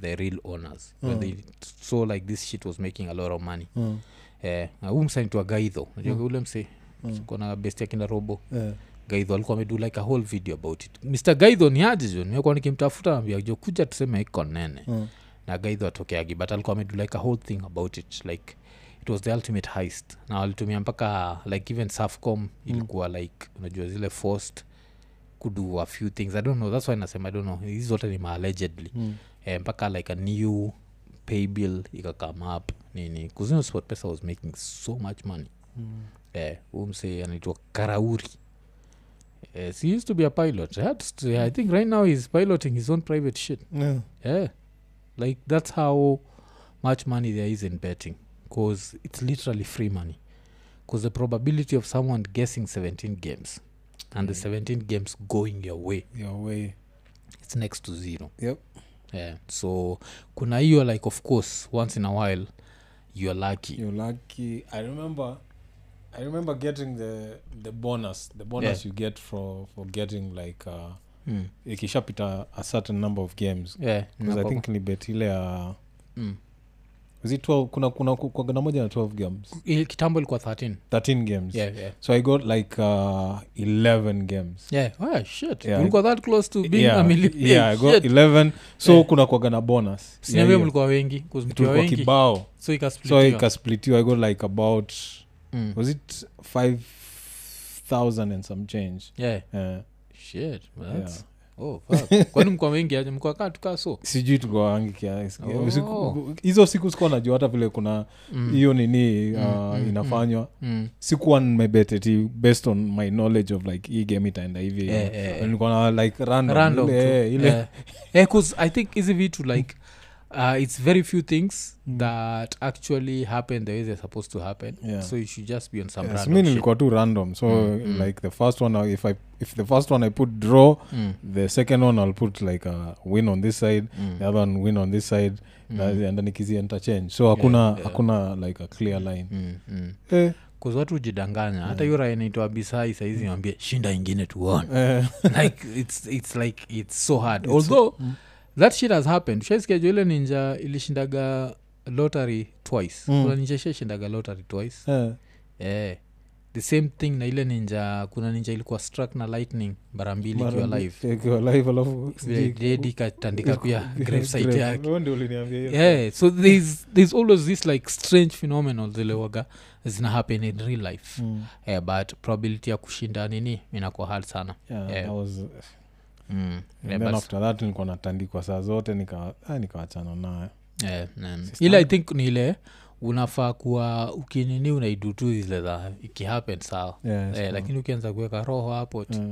[SPEAKER 1] the real owners mm. when they saw like this shit was making a lot of money
[SPEAKER 2] Mm.
[SPEAKER 1] eh, na huu msanitwa gaidho najua ule msi
[SPEAKER 2] Mm.
[SPEAKER 1] kona besti akina robo
[SPEAKER 2] Yeah.
[SPEAKER 1] gaidho alikuwa amedu like a whole video about it mr gaidho ni aje jo nimekuwa nikimtafuta nambia jo kuja tuseme iko nene
[SPEAKER 2] Mm.
[SPEAKER 1] na gaidho atokeagi but alikuwa amedu like a whole thing about it like it was the ultimate heist na walitumia mpaka like even
[SPEAKER 2] Mm.
[SPEAKER 1] safcom ilikuwa like unajua zile forced kudu a few things i don't know that's why nasema i don't know hizi zote ni maallegedly
[SPEAKER 2] Mm.
[SPEAKER 1] eh, mpaka like a new pay bill ikakam up nini kuzino sport pesa was making so much money
[SPEAKER 2] Mm.
[SPEAKER 1] eh, huu mse anaitwa karauri Yes, he used to be a pilot. I, had to, I think right now he's piloting his own private shit.
[SPEAKER 2] Yeah.
[SPEAKER 1] Yeah. Like that's how much money there is in betting because it's literally free money. Because the probability of someone guessing 17 games and the
[SPEAKER 2] Mm.
[SPEAKER 1] 17 games going your way
[SPEAKER 2] Your way.
[SPEAKER 1] it's next to zero
[SPEAKER 2] Yep.
[SPEAKER 1] yeah. so kuna hiyo like of course once in a while you're lucky
[SPEAKER 2] You're lucky. I remember I remember getting the the bonus. The bonus you get for for getting like uh
[SPEAKER 1] mm.
[SPEAKER 2] ikishapita a certain number of games.
[SPEAKER 1] yeah,
[SPEAKER 2] Because I
[SPEAKER 1] inakuwa-
[SPEAKER 2] think ni bet ile ya
[SPEAKER 1] mm.
[SPEAKER 2] was it 12 kuna kuna kuna moja na 12 games.
[SPEAKER 1] I- kitambo ilikuwa 13
[SPEAKER 2] 13 games.
[SPEAKER 1] yeah, yeah.
[SPEAKER 2] So I got like uh 11 games.
[SPEAKER 1] Yeah. Oh, shit
[SPEAKER 2] Yeah.
[SPEAKER 1] ulikuwa that close to being a
[SPEAKER 2] yeah,
[SPEAKER 1] millionaire
[SPEAKER 2] yeah, I got
[SPEAKER 1] Shit.
[SPEAKER 2] 11 so
[SPEAKER 1] Yeah.
[SPEAKER 2] kuna kwaga na bonus ya
[SPEAKER 1] Sinaambia
[SPEAKER 2] hiyo.
[SPEAKER 1] mlikuwa wengi 'cause mkiwa
[SPEAKER 2] tulikuwa
[SPEAKER 1] wengi
[SPEAKER 2] kibao
[SPEAKER 1] so
[SPEAKER 2] so
[SPEAKER 1] ikasplitiwa
[SPEAKER 2] ikasplitiwa i got like about
[SPEAKER 1] mm.
[SPEAKER 2] was it 5000 and some change
[SPEAKER 1] yeah
[SPEAKER 2] Eh,
[SPEAKER 1] shit well,
[SPEAKER 2] yeah.
[SPEAKER 1] that's oh,
[SPEAKER 2] <laughs>
[SPEAKER 1] fuck. kwani mkwa wengi aje mkwa kaa tukaa so
[SPEAKER 2] sijui tukawangi kiasi
[SPEAKER 1] Oh.
[SPEAKER 2] Siku- hizo siku sikuwa najua hata vile kuna
[SPEAKER 1] Mm,
[SPEAKER 2] hiyo nini uh,
[SPEAKER 1] Mm, mm,
[SPEAKER 2] inafanywa
[SPEAKER 1] mm.
[SPEAKER 2] sikuwa nimebeteti based on my knowledge of like hii game itaenda hivi
[SPEAKER 1] Eh, eh, eh.
[SPEAKER 2] nilikuwa na like random,
[SPEAKER 1] Random
[SPEAKER 2] ile,
[SPEAKER 1] tu.
[SPEAKER 2] eh, ile
[SPEAKER 1] Yeah. Eh, 'cause i think hizi vitu like uh, it's very few things
[SPEAKER 2] Mm.
[SPEAKER 1] that actually happen the way they're supposed to happen
[SPEAKER 2] Yeah.
[SPEAKER 1] so you should just be on some
[SPEAKER 2] Yes,
[SPEAKER 1] random
[SPEAKER 2] mi
[SPEAKER 1] shit.
[SPEAKER 2] nilikuwa tu random so
[SPEAKER 1] Mm, mm.
[SPEAKER 2] like the first one I- if, I, if the first one i put draw
[SPEAKER 1] Mm,
[SPEAKER 2] the second one i'll put like a win on this side
[SPEAKER 1] mm,
[SPEAKER 2] the other one win on this side
[SPEAKER 1] mm,
[SPEAKER 2] na- and then ikizi interchange so hakuna
[SPEAKER 1] yeah.
[SPEAKER 2] hakuna like a clear line
[SPEAKER 1] mm, mm.
[SPEAKER 2] eh,
[SPEAKER 1] 'Cause watu hujidanganya hata hiyo raya inaitwa bisai
[SPEAKER 2] Mm.
[SPEAKER 1] saizi niwambie shinda ingine
[SPEAKER 2] <laughs>
[SPEAKER 1] tuone
[SPEAKER 2] eh,
[SPEAKER 1] like it's, it's like it's so hard
[SPEAKER 2] it's-
[SPEAKER 1] although
[SPEAKER 2] mm,
[SPEAKER 1] that shit has happened shaiskejo ile ninja ilishindaga lottery twice
[SPEAKER 2] Mm.
[SPEAKER 1] kuna ninja sheshindaga lottery twice
[SPEAKER 2] eh,
[SPEAKER 1] eh, the same thing na ile ninja kuna ninja ilikuwa struck na lightning mara mbili
[SPEAKER 2] mara
[SPEAKER 1] ikiwa
[SPEAKER 2] mbili,
[SPEAKER 1] live
[SPEAKER 2] eh, ikiwa live, alafu sijui-
[SPEAKER 1] dedi ikatandika
[SPEAKER 2] <laughs>
[SPEAKER 1] pia
[SPEAKER 2] Grave-
[SPEAKER 1] gravesite
[SPEAKER 2] grave.
[SPEAKER 1] yake
[SPEAKER 2] Wewe ndio uliniambia hiyo.
[SPEAKER 1] yeah, so there's, there's always this like strange phenomenon zile waga zina happen in real life
[SPEAKER 2] Mm,
[SPEAKER 1] eh, but probability ya kushinda nini inakuwa hard sana
[SPEAKER 2] yeah,
[SPEAKER 1] Yeah.
[SPEAKER 2] that was-
[SPEAKER 1] mm.
[SPEAKER 2] and
[SPEAKER 1] yeah,
[SPEAKER 2] then
[SPEAKER 1] but,
[SPEAKER 2] after that nilikuwa natandikwa saa zote nika- ah, nikawachana nayo
[SPEAKER 1] yeah, mm.
[SPEAKER 2] Sister-
[SPEAKER 1] ila i think ni ile unafaa kuwa ukinini unaidu tu zile za ikihappen sawa
[SPEAKER 2] Yeah,
[SPEAKER 1] eh,
[SPEAKER 2] so-
[SPEAKER 1] lakini ukianza kuweka roho hapo ti
[SPEAKER 2] eh,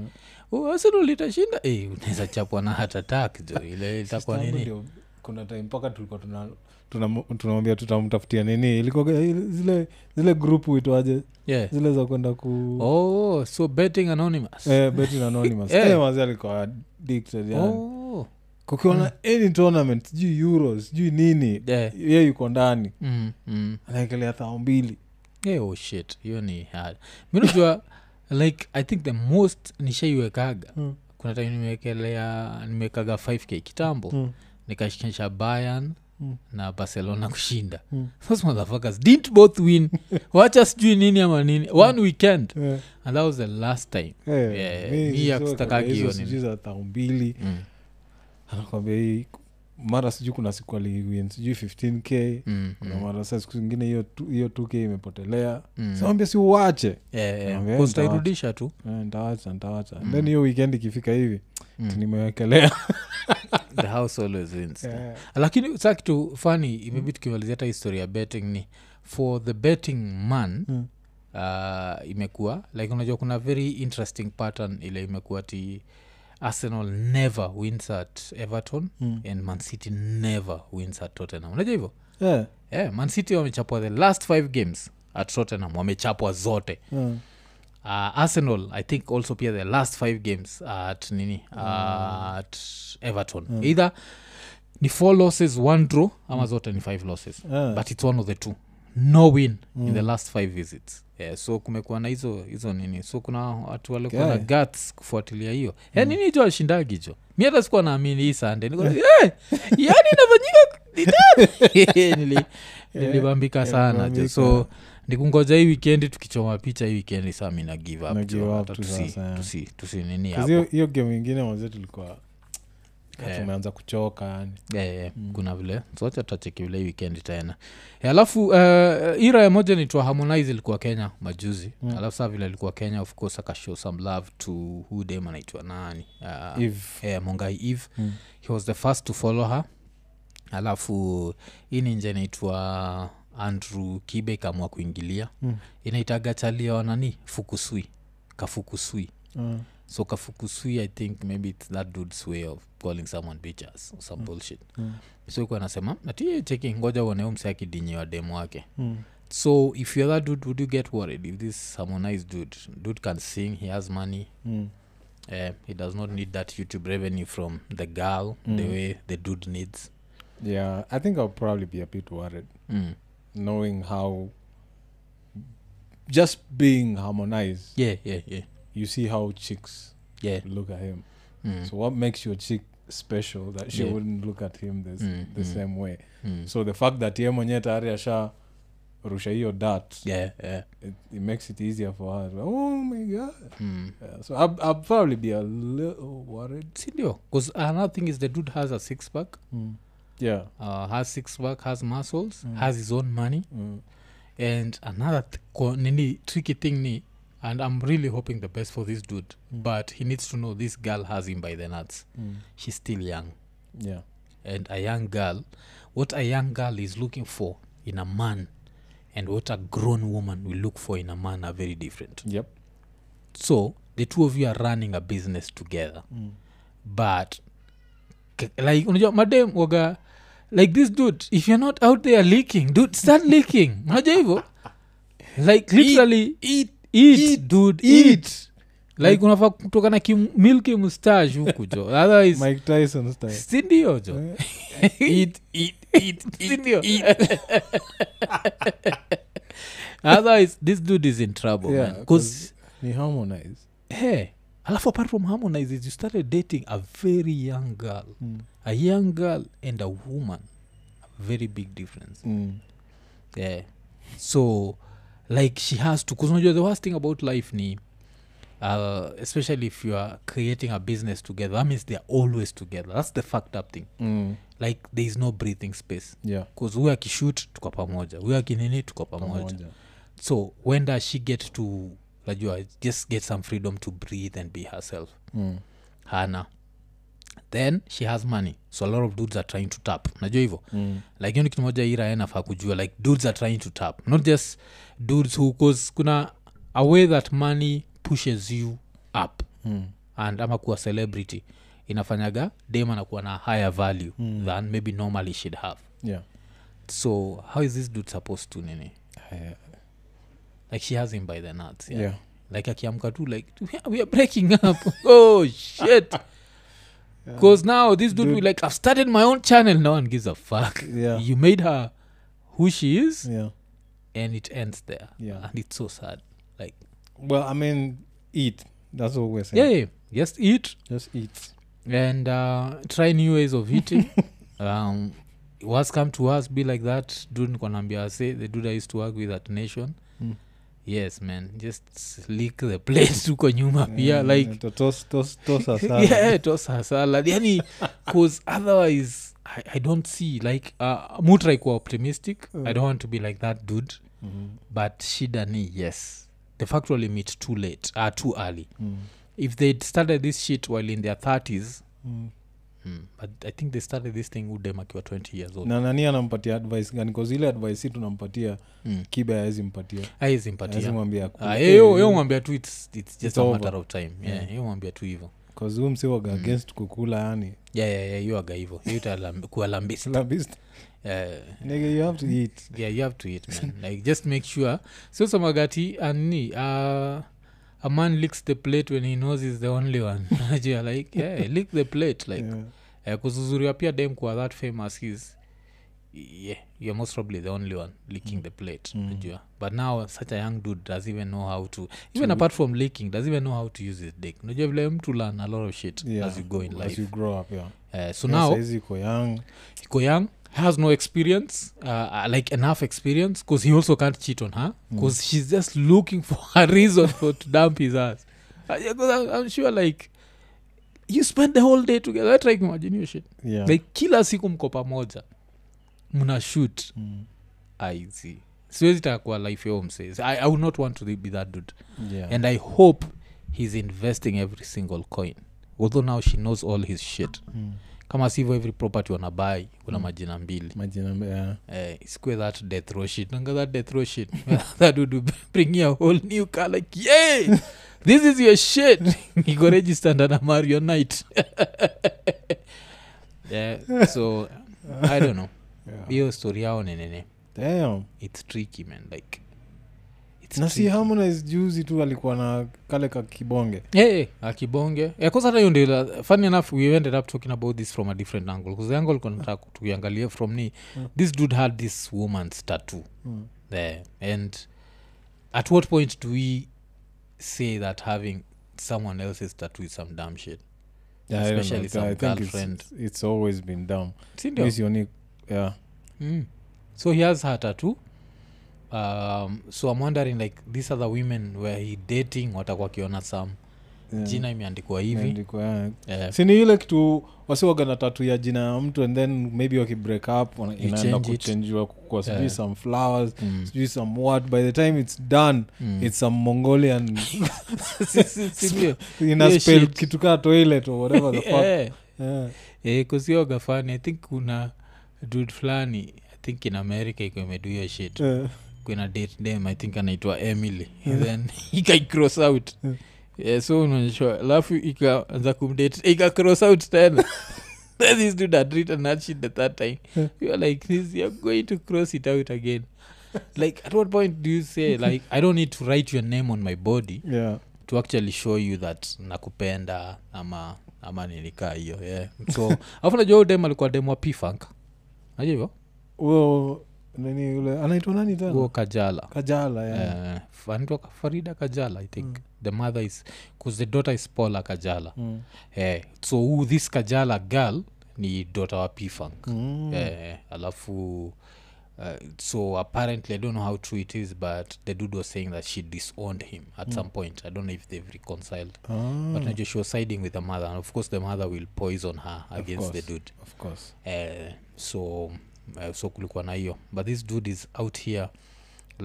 [SPEAKER 1] Oh, arsenal litashinda eh, unaweza chapwa na hatatak jo
[SPEAKER 2] <laughs>
[SPEAKER 1] ile itakuwa
[SPEAKER 2] Kitambo
[SPEAKER 1] nini
[SPEAKER 2] ndio kuna time mpaka tulikuwa tuna tunam- tunamwambia tutamtafutia nini ilikuwa eh, zile zile group huitwaje
[SPEAKER 1] yeah.
[SPEAKER 2] zile za kwenda ku
[SPEAKER 1] Eh. oh so betting anonymous
[SPEAKER 2] Mm. eh, betting
[SPEAKER 1] <laughs>
[SPEAKER 2] anonymous
[SPEAKER 1] Eh.
[SPEAKER 2] Eh, mazee alikuwa addicted yani
[SPEAKER 1] oh.
[SPEAKER 2] kukiwa na any tournament sijui euros sijui nini
[SPEAKER 1] yeah.
[SPEAKER 2] ye yuko ndani
[SPEAKER 1] mm, mm.
[SPEAKER 2] anaekelea thao mbili
[SPEAKER 1] Eh, oh shit hiyo ni hard minajua <laughs> like i think the most nishaiwekaga
[SPEAKER 2] Mm.
[SPEAKER 1] kuna time nimewekelea nimewekaga 5k kitambo
[SPEAKER 2] Mm.
[SPEAKER 1] nikashikisha bayan
[SPEAKER 2] Mm.
[SPEAKER 1] na barcelona kushinda
[SPEAKER 2] Mm.
[SPEAKER 1] those motherfuckers didn't both win
[SPEAKER 2] <laughs>
[SPEAKER 1] wacha sijui nini ama nini one weekend
[SPEAKER 2] Eh,
[SPEAKER 1] and that was the last time
[SPEAKER 2] eh,
[SPEAKER 1] Yeah,
[SPEAKER 2] mi
[SPEAKER 1] mi ya
[SPEAKER 2] sio
[SPEAKER 1] kustakaki
[SPEAKER 2] kabisa
[SPEAKER 1] hiyo
[SPEAKER 2] sijui za thao mbili
[SPEAKER 1] mm.
[SPEAKER 2] anakwambia hii mara sijui kuna siku aliwin sijui 15k
[SPEAKER 1] Mm,
[SPEAKER 2] kuna
[SPEAKER 1] mm.
[SPEAKER 2] mara saa siku zingine hiyo tu- hiyo 2k imepotelea
[SPEAKER 1] Mm.
[SPEAKER 2] sawambia si uwache
[SPEAKER 1] Eh, eh,
[SPEAKER 2] Naambia,
[SPEAKER 1] because utairudisha tu
[SPEAKER 2] Eh, ntawacha ntawacha
[SPEAKER 1] Mm.
[SPEAKER 2] then hiyo weekend ikifika hivi
[SPEAKER 1] Mm.
[SPEAKER 2] nimewekelea <laughs>
[SPEAKER 1] the house always wins lakini sa kitu fani imebi tukimalizia hata historia ya betting ni for the betting man
[SPEAKER 2] Mm.
[SPEAKER 1] uh, imekuwa like unajua kuna very interesting pattern ile imekuwa ti arsenal never wins at everton
[SPEAKER 2] Mm.
[SPEAKER 1] and mancity never wins at tottenham unajua hivyo
[SPEAKER 2] <laughs> Eh,
[SPEAKER 1] yeah, mancity wamechapwa the last five games at tottenham wamechapwa zote
[SPEAKER 2] eh.
[SPEAKER 1] uh, arsenal i think also pia the last five games at nini at everton either ni four losses one draw ama zote ni five losses
[SPEAKER 2] Ah.
[SPEAKER 1] but it's one of the two no win in the last five visits yeah, so kumekuwa na hizo hizo nini so kuna watu walikuwa na guts kufuatilia hiyo ya nini hicho ashindagi jo mi hata sikuwa naamini hii sande niko yaani yeah. yani <laughs> inafanyika ni <laughs> nili nilibambika sana jo so
[SPEAKER 2] nilibambika.
[SPEAKER 1] nikungoja hii wikendi tukichoma picha hii wikendi saa mi na give up
[SPEAKER 2] Na
[SPEAKER 1] jo,
[SPEAKER 2] give up
[SPEAKER 1] hata
[SPEAKER 2] tu
[SPEAKER 1] tusi-
[SPEAKER 2] sasa, eh. yeah.
[SPEAKER 1] tusi- tusinini
[SPEAKER 2] 'Cause
[SPEAKER 1] hapo
[SPEAKER 2] hiyo- hiyo game ingine mazee tulikuwa
[SPEAKER 1] Eh.
[SPEAKER 2] tumeanza kuchoka yani
[SPEAKER 1] yeah, yeah. Eh,
[SPEAKER 2] Mm.
[SPEAKER 1] kuna vile socha tutacheki vile hii weekend tena Eh, alafu uh, ira ya moja nitwa harmonize ilikuwa kenya majuzi mm. alafu saa vile alikuwa kenya of course akashow some love to who dem anaitwa nani uh,
[SPEAKER 2] If-
[SPEAKER 1] eh, mongai eve
[SPEAKER 2] Mm.
[SPEAKER 1] he was the first to follow her alafu hii ninje naitwa andrew kibe kamwa kuingilia
[SPEAKER 2] Mm.
[SPEAKER 1] inaitaga chalia wanani fukusui kafukusui
[SPEAKER 2] Ah.
[SPEAKER 1] so kafukusui i think maybe its that dude's way of calling someone bitches or some bullshit
[SPEAKER 2] Mm.
[SPEAKER 1] so ikuwa anasema ati cheki ngoja uoneu mse akidinyiwa demu wake
[SPEAKER 2] Mm.
[SPEAKER 1] so if you're that dude would you get worried if this harmonized dude dude can sing he has money
[SPEAKER 2] Mm.
[SPEAKER 1] uh, he does not need that youtube revenue from the girl mm. the
[SPEAKER 2] Mm.
[SPEAKER 1] way the dude needs
[SPEAKER 2] yeah i think i'll probably be a bit worried
[SPEAKER 1] mm.
[SPEAKER 2] knowing how just being harmonized
[SPEAKER 1] yeah yeah yeah
[SPEAKER 2] you see how chicks
[SPEAKER 1] yeah
[SPEAKER 2] look at him
[SPEAKER 1] mm.
[SPEAKER 2] so what makes your chick special that she
[SPEAKER 1] Yeah.
[SPEAKER 2] wouldn't look at him this,
[SPEAKER 1] Mm,
[SPEAKER 2] the
[SPEAKER 1] mm.
[SPEAKER 2] same way
[SPEAKER 1] Mm.
[SPEAKER 2] so the fact that ye mwenyewe tayari asha rusha hiyo dat
[SPEAKER 1] yeah yeah
[SPEAKER 2] it, it makes it easier for her oh my god
[SPEAKER 1] mm.
[SPEAKER 2] yeah, so I'll, I'll probably be a little worried
[SPEAKER 1] sindio because another thing is the dude has a six pack
[SPEAKER 2] yeah
[SPEAKER 1] uh, has six pack has muscles mm. has his own money
[SPEAKER 2] mm.
[SPEAKER 1] and another th- co- nini tricky thing ni and i'm really hoping the best for this dude mm. but he needs to know this girl has him by the nuts
[SPEAKER 2] Mm.
[SPEAKER 1] she's still young
[SPEAKER 2] yeah
[SPEAKER 1] and a young girl what a young girl is looking for in a man and what a grown woman will look for in a man are very different
[SPEAKER 2] yep
[SPEAKER 1] so the two of you are running a business together
[SPEAKER 2] Mm.
[SPEAKER 1] but k- like unajua madem waga like this dude if you're not out there leaking dude <laughs> start leaking unajua hivyo like literally eat, eat,
[SPEAKER 2] eat,
[SPEAKER 1] dude eat,
[SPEAKER 2] eat
[SPEAKER 1] like unafaa kutoka na kim, milki mustache huku <laughs> jo otherwise
[SPEAKER 2] mike tyson style
[SPEAKER 1] sindio jo
[SPEAKER 2] Eh?
[SPEAKER 1] eat, eat, eat, sindio <laughs> otherwise this dude is in trouble
[SPEAKER 2] Yeah,
[SPEAKER 1] man
[SPEAKER 2] 'cause-
[SPEAKER 1] cause
[SPEAKER 2] ni harmonize
[SPEAKER 1] hey alafu apart from harmonize is you started dating a very young girl
[SPEAKER 2] Hmm.
[SPEAKER 1] a young girl and a woman a very big difference
[SPEAKER 2] Mm.
[SPEAKER 1] yeah. so like she has to because unajua the worst thing about life ni uh, especially if you are creating a business together that means they're always together that's the fucked up thing
[SPEAKER 2] Mm.
[SPEAKER 1] like there is no breathing space
[SPEAKER 2] Yeah.
[SPEAKER 1] bcause huyo akishut tuko pamoja huyo akinini tuko pamoja
[SPEAKER 2] Pamoja.
[SPEAKER 1] so when does she get to najua just get some freedom to breathe and be herself
[SPEAKER 2] Mm.
[SPEAKER 1] hana then she has money so a lot of dudes are trying to tap najua hivyo
[SPEAKER 2] Mm.
[SPEAKER 1] like hiyo ni kitu moja ira enafaa kujua like dudes are trying to tap not just dudes who cause kuna a way that money pushes you up
[SPEAKER 2] Mm.
[SPEAKER 1] and ama kuwa celebrity inafanyaga dem anakuwa na higher value mm. than maybe normally she'd have
[SPEAKER 2] Yeah.
[SPEAKER 1] so how is this dude supposed to nini
[SPEAKER 2] Yeah.
[SPEAKER 1] like she has him by the nuts yeah.
[SPEAKER 2] Yeah.
[SPEAKER 1] like akiamka tu like "We are- we are breaking up <laughs> oh shit because now this dude, will like i've started my own channel no one gives a fuck
[SPEAKER 2] Yeah.
[SPEAKER 1] you made her who she is
[SPEAKER 2] Yeah.
[SPEAKER 1] and it ends there
[SPEAKER 2] Yeah.
[SPEAKER 1] and it's so sad like
[SPEAKER 2] Well, I mean, eat. That's what we're
[SPEAKER 1] yeah,
[SPEAKER 2] saying.
[SPEAKER 1] yeah just eat
[SPEAKER 2] Just eat.
[SPEAKER 1] and uh, try new ways of eating um what's come to us be like that dude kwanambia say the dude i used to work with at nation
[SPEAKER 2] Mm.
[SPEAKER 1] yes man just leak the <laughs> place tuko nyuma pia
[SPEAKER 2] Mm,
[SPEAKER 1] like <laughs>
[SPEAKER 2] to toss, toss, toss us
[SPEAKER 1] yeah, toss her salad yani cause otherwise i, I don't see like uh, mutra ikuwa optimistic mm. i don't want to be like that dude
[SPEAKER 2] Mhm.
[SPEAKER 1] but shida ni yes the fact walimit too late uh, too early
[SPEAKER 2] Mm.
[SPEAKER 1] if they'd started this shit while in their 30s
[SPEAKER 2] Mm.
[SPEAKER 1] mm, but i think they started this thing udem akiwa 20 years old
[SPEAKER 2] na nani anampatia advice gani bcause ile advice si tunampatia
[SPEAKER 1] Mm.
[SPEAKER 2] kibe awezi mpatia awezi
[SPEAKER 1] aizimpatia
[SPEAKER 2] mwambia
[SPEAKER 1] Ah, eh, yo- yo mwambia tu it's, it's just
[SPEAKER 2] It's
[SPEAKER 1] a
[SPEAKER 2] over.
[SPEAKER 1] matter of time yeah, yo mwambia tu hivo
[SPEAKER 2] bcause huu
[SPEAKER 1] Mm.
[SPEAKER 2] msiwaga against kukula yani
[SPEAKER 1] yeah, yeah, yeah, hiyo aga hivo hiyo itakuwa <laughs> lambist Eh.
[SPEAKER 2] Slabist.
[SPEAKER 1] yeah.
[SPEAKER 2] Nigga, you have to eat
[SPEAKER 1] yeah you have to eat
[SPEAKER 2] <laughs>
[SPEAKER 1] man like just make sure so samagati anni uh, a man licks the plate when he knows he's the only one <laughs> Najua, like yeah lick the plate like
[SPEAKER 2] Yeah.
[SPEAKER 1] yeah. uh, kuzuzuriwa pia dem kuwa that famous is yeah you're most probably the only one licking mm. the plate
[SPEAKER 2] Mm.
[SPEAKER 1] najua but now such a young dude does even know how to even apart from licking does even know how to use his dick unajua vile mtu learn a lot of shit
[SPEAKER 2] Yeah,
[SPEAKER 1] as you go in
[SPEAKER 2] as
[SPEAKER 1] life
[SPEAKER 2] you grow up, yeah.
[SPEAKER 1] uh, so
[SPEAKER 2] Yeah,
[SPEAKER 1] now
[SPEAKER 2] saizi iko young
[SPEAKER 1] iko young has no experience uh, uh, like enough experience because he also can't cheat on her because mm. she's just looking for a reason for to dump his ass uh, yeah, 'cause I'm, i'm sure like you spend the whole day together try imagine your shit
[SPEAKER 2] yeah.
[SPEAKER 1] like kila siku mko pamoja mna shoot
[SPEAKER 2] Mm.
[SPEAKER 1] izi siwezi taka kuwa life yao msee I, i will not want to be that dude
[SPEAKER 2] Yeah.
[SPEAKER 1] and i hope he's investing every single coin although now she knows all his shit
[SPEAKER 2] Mm.
[SPEAKER 1] kama sivyo every property wanabai kuna majina mbili
[SPEAKER 2] Majina mbe- yeah.
[SPEAKER 1] eh, isikue that death row shit nanga that death row shit <laughs> that would bring you a whole new car like yay this is your shit <laughs> iko registered under mario knight <laughs> yeah, so i don't know
[SPEAKER 2] <laughs> Yeah.
[SPEAKER 1] hiyo story yao ni nini
[SPEAKER 2] Damn.
[SPEAKER 1] it's tricky man like it's
[SPEAKER 2] na si
[SPEAKER 1] tricky.
[SPEAKER 2] harmonize juzi tu alikuwa na kale ka kibonge
[SPEAKER 1] Hey, hey, akibonge yakos hata hiyo ndio funny enough we ended up talking about this from a different angle bcause angle konataka tuiangalie from ni
[SPEAKER 2] Mm.
[SPEAKER 1] this dude had this woman's tattoo
[SPEAKER 2] Mm.
[SPEAKER 1] there and at what point do we say that having someone else's tattoo is some damn shit
[SPEAKER 2] Yeah, I don't
[SPEAKER 1] Especially
[SPEAKER 2] know.
[SPEAKER 1] some
[SPEAKER 2] I think
[SPEAKER 1] girlfriend.
[SPEAKER 2] it's, it's always been dumb
[SPEAKER 1] sindio
[SPEAKER 2] mi sioni yeah.
[SPEAKER 1] mm. so he has her tattoo um, so i'm wondering like these other women were he dating watakuwa akiona some
[SPEAKER 2] Yeah.
[SPEAKER 1] jina imeandikwa hivi
[SPEAKER 2] Imeandikwa, yeah.
[SPEAKER 1] Eh,
[SPEAKER 2] sini ile kitu wasiwaga na tatu ya jina ya mtu and then maybe wakibreak up wana-
[SPEAKER 1] You
[SPEAKER 2] inaenda
[SPEAKER 1] change it.
[SPEAKER 2] kuchenjiwa kwa sijui
[SPEAKER 1] Yeah.
[SPEAKER 2] some flowers
[SPEAKER 1] mm,
[SPEAKER 2] sijui some what by the time it's done
[SPEAKER 1] mm.
[SPEAKER 2] <laughs> it's some mongolian
[SPEAKER 1] Si- <laughs> si- sindio?
[SPEAKER 2] ina
[SPEAKER 1] Yeah,
[SPEAKER 2] spell
[SPEAKER 1] shit.
[SPEAKER 2] kitu kaa toilet or whatever
[SPEAKER 1] <laughs>
[SPEAKER 2] the fuck
[SPEAKER 1] Eh,
[SPEAKER 2] yeah.
[SPEAKER 1] eh, kusioga fani i think kuna dud fulani i think in america iko imedu hiyo shit
[SPEAKER 2] Yeah.
[SPEAKER 1] kuna date dem i think anaitwa emily <laughs> then ikaicross out
[SPEAKER 2] Mm.
[SPEAKER 1] yeah, so unaonyeshwa alafu ikaanza kumdate ikacross out tena <laughs> Then this dude had written that shit the third time
[SPEAKER 2] Mm.
[SPEAKER 1] you are like this you're going to cross it out again like at what point do you say like i don't need to write your name on my body
[SPEAKER 2] Yeah.
[SPEAKER 1] to actually show you that nakupenda ama ama nilikaa hiyo yeah. so afu najua huyu dem alikuwa dem wa pfunk najua hivyo
[SPEAKER 2] huo nani yule anaitwa nani
[SPEAKER 1] huo
[SPEAKER 2] tena
[SPEAKER 1] kajala
[SPEAKER 2] kajala yeah.
[SPEAKER 1] Eh, anaitwa farida kajala i think the mother is bcause the daughter is paula kajala
[SPEAKER 2] Mm.
[SPEAKER 1] eh, so who this kajala girl ni daughter wa pfunk
[SPEAKER 2] Mm.
[SPEAKER 1] eh, alafu uh, so apparently i don't know how true it is but the dude was saying that she disowned him at
[SPEAKER 2] Mm.
[SPEAKER 1] some point i don't know if they've reconciled
[SPEAKER 2] Ah,
[SPEAKER 1] but najua she was siding with the mother and of course the mother will poison her against the
[SPEAKER 2] course.
[SPEAKER 1] dude
[SPEAKER 2] of course.
[SPEAKER 1] eh, so eh, so kulikuwa na hiyo but this dude is out here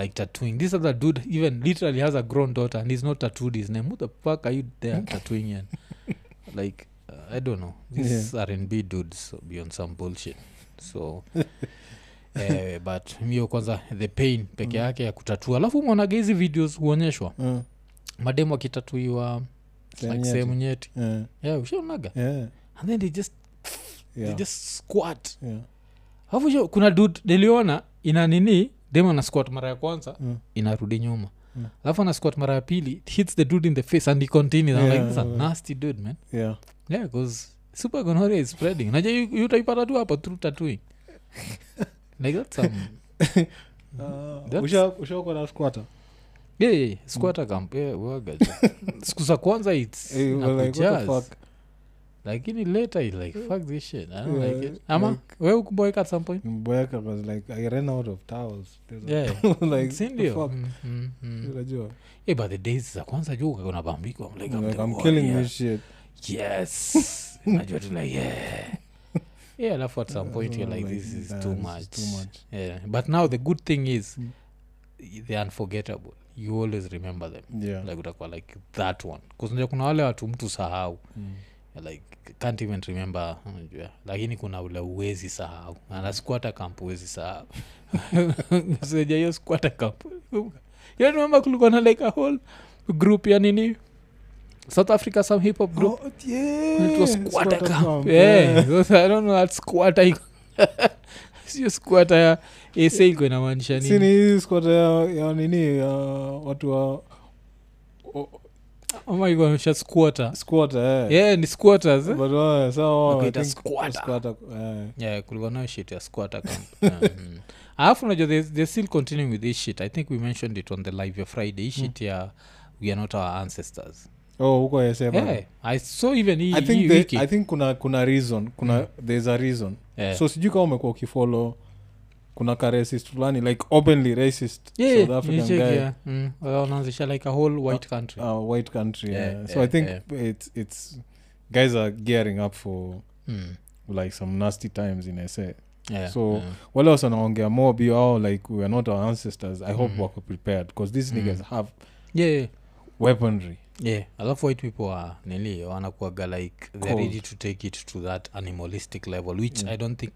[SPEAKER 1] like tattooing this other dude even literally has a grown daughter and he's not tattooed his name who the fuck are you
[SPEAKER 2] <laughs>
[SPEAKER 1] there tattooing and like uh, i don't know these yeah. rnb dudes beyond some bullshit so <laughs> eh, but hiyo kwanza the pain peke yake ya kutatua alafu mwonaga hizi videos huonyeshwa
[SPEAKER 2] Mm.
[SPEAKER 1] mademu akitatuiwa
[SPEAKER 2] Sehemu
[SPEAKER 1] like
[SPEAKER 2] nyeti.
[SPEAKER 1] sehemu nyeti
[SPEAKER 2] Yeah.
[SPEAKER 1] yeah ushaonaga
[SPEAKER 2] Yeah.
[SPEAKER 1] and then they just,
[SPEAKER 2] Yeah.
[SPEAKER 1] they just squat
[SPEAKER 2] Yeah.
[SPEAKER 1] alafu sio, kuna dud niliona ina nini dem ana squat mara ya kwanza
[SPEAKER 2] Mm.
[SPEAKER 1] inarudi nyuma
[SPEAKER 2] Mm.
[SPEAKER 1] alafu ana squat mara ya pili it hits the dude in the face and he continues I'm
[SPEAKER 2] Yeah,
[SPEAKER 1] like, this is
[SPEAKER 2] yeah.
[SPEAKER 1] a nasty dude man
[SPEAKER 2] Yeah.
[SPEAKER 1] yeah cause super gonorrhea is spreading naja utaipata tu hapo through tattooing <laughs> like that's some
[SPEAKER 2] Uh,
[SPEAKER 1] That's-
[SPEAKER 2] usha- ushakuwa na squatter?
[SPEAKER 1] yeah, yeah, yeah. squat camp yeah, waga
[SPEAKER 2] <laughs>
[SPEAKER 1] tu. siku za kwanza it's
[SPEAKER 2] Eh, we're like, what the
[SPEAKER 1] inakujazz.
[SPEAKER 2] fuck?
[SPEAKER 1] lakini later it's like fuck this shit I don't
[SPEAKER 2] Yeah,
[SPEAKER 1] like it ama
[SPEAKER 2] like-
[SPEAKER 1] we ukuboeka at some point
[SPEAKER 2] Nimeboeka, 'cause like, I ran out of towels. There's a-
[SPEAKER 1] yeah
[SPEAKER 2] <laughs> like,
[SPEAKER 1] sindio
[SPEAKER 2] fuck.
[SPEAKER 1] Mm, mm, mm.
[SPEAKER 2] Unajua?
[SPEAKER 1] yeah, but the days za kwanza juu ukaona bambiko I'm like, I'm
[SPEAKER 2] Like,
[SPEAKER 1] the
[SPEAKER 2] I'm killing
[SPEAKER 1] warrior. <laughs>
[SPEAKER 2] this shit.
[SPEAKER 1] yes najua tu like yeah yeah alafu at some point you're like
[SPEAKER 2] Like,
[SPEAKER 1] this is
[SPEAKER 2] yeah,
[SPEAKER 1] too
[SPEAKER 2] this is
[SPEAKER 1] much,
[SPEAKER 2] too much.
[SPEAKER 1] Yeah. but now the good thing is
[SPEAKER 2] Mm.
[SPEAKER 1] they're unforgettable you always remember them
[SPEAKER 2] yeah.
[SPEAKER 1] like utakuwa like that one kuznja kuna wale watu mtu sahau
[SPEAKER 2] Mm.
[SPEAKER 1] like can't even remember unajua lakini kuna ule uwezi sahau ana squatter camp uwezi sahau <laughs> sija hiyo squatter camp you remember kulikuwa na like a whole group ya nini south africa some hip hop group
[SPEAKER 2] Oh, yeah,
[SPEAKER 1] Inaitwa
[SPEAKER 2] squatter
[SPEAKER 1] squatter camp
[SPEAKER 2] camp,
[SPEAKER 1] Yeah,
[SPEAKER 2] yeah.
[SPEAKER 1] those- I don't know that squatter iko- <laughs> sio squatter ya asa iko inamaanisha
[SPEAKER 2] Si ni
[SPEAKER 1] nini
[SPEAKER 2] hii squatter ya- ya nini ya watu wa o-
[SPEAKER 1] ama iko inaonyesha squatter
[SPEAKER 2] squatter, eh.
[SPEAKER 1] yeah ni squatters eh?
[SPEAKER 2] But, uh, so, I
[SPEAKER 1] Wakaita
[SPEAKER 2] think
[SPEAKER 1] squatter.
[SPEAKER 2] squatter, eh.
[SPEAKER 1] yeah kulikuwa nayo shit ya squatter camp <laughs> Mhm. alafu unajua they they're still continuing with this shit i think we mentioned it on the live ya friday hii shit
[SPEAKER 2] Mm.
[SPEAKER 1] ya we are not our ancestors
[SPEAKER 2] Oh, huko yasema
[SPEAKER 1] yeah i saw even hii
[SPEAKER 2] I
[SPEAKER 1] hii
[SPEAKER 2] think,
[SPEAKER 1] wiki Mm.
[SPEAKER 2] the, i think kuna kuna reason kuna there's a reason
[SPEAKER 1] Yeah.
[SPEAKER 2] so sijui kama umekuwa ukifolo kuna ka racist fulani like openly racist
[SPEAKER 1] Yeah,
[SPEAKER 2] south african
[SPEAKER 1] nicheck,
[SPEAKER 2] guy
[SPEAKER 1] yeah. Mm. Well, wanaanzisha like a whole white country
[SPEAKER 2] uh, white country
[SPEAKER 1] Yeah,
[SPEAKER 2] yeah, so
[SPEAKER 1] yeah,
[SPEAKER 2] i think
[SPEAKER 1] yeah.
[SPEAKER 2] it's it's guys are gearing up for
[SPEAKER 1] Mm.
[SPEAKER 2] like some nasty times in sa
[SPEAKER 1] Yeah,
[SPEAKER 2] So,
[SPEAKER 1] yeah.
[SPEAKER 2] wale wasi wanaongea more bio ao like weare not our ancestors i hope
[SPEAKER 1] Mhm.
[SPEAKER 2] wako prepared because these
[SPEAKER 1] Mhm.
[SPEAKER 2] niggas have
[SPEAKER 1] yeah yeah.
[SPEAKER 2] weaponry
[SPEAKER 1] yeah alafu white people are nili wanakuaga like they're
[SPEAKER 2] Cold.
[SPEAKER 1] ready to take it to that animalistic level which
[SPEAKER 2] Mm.
[SPEAKER 1] i don't think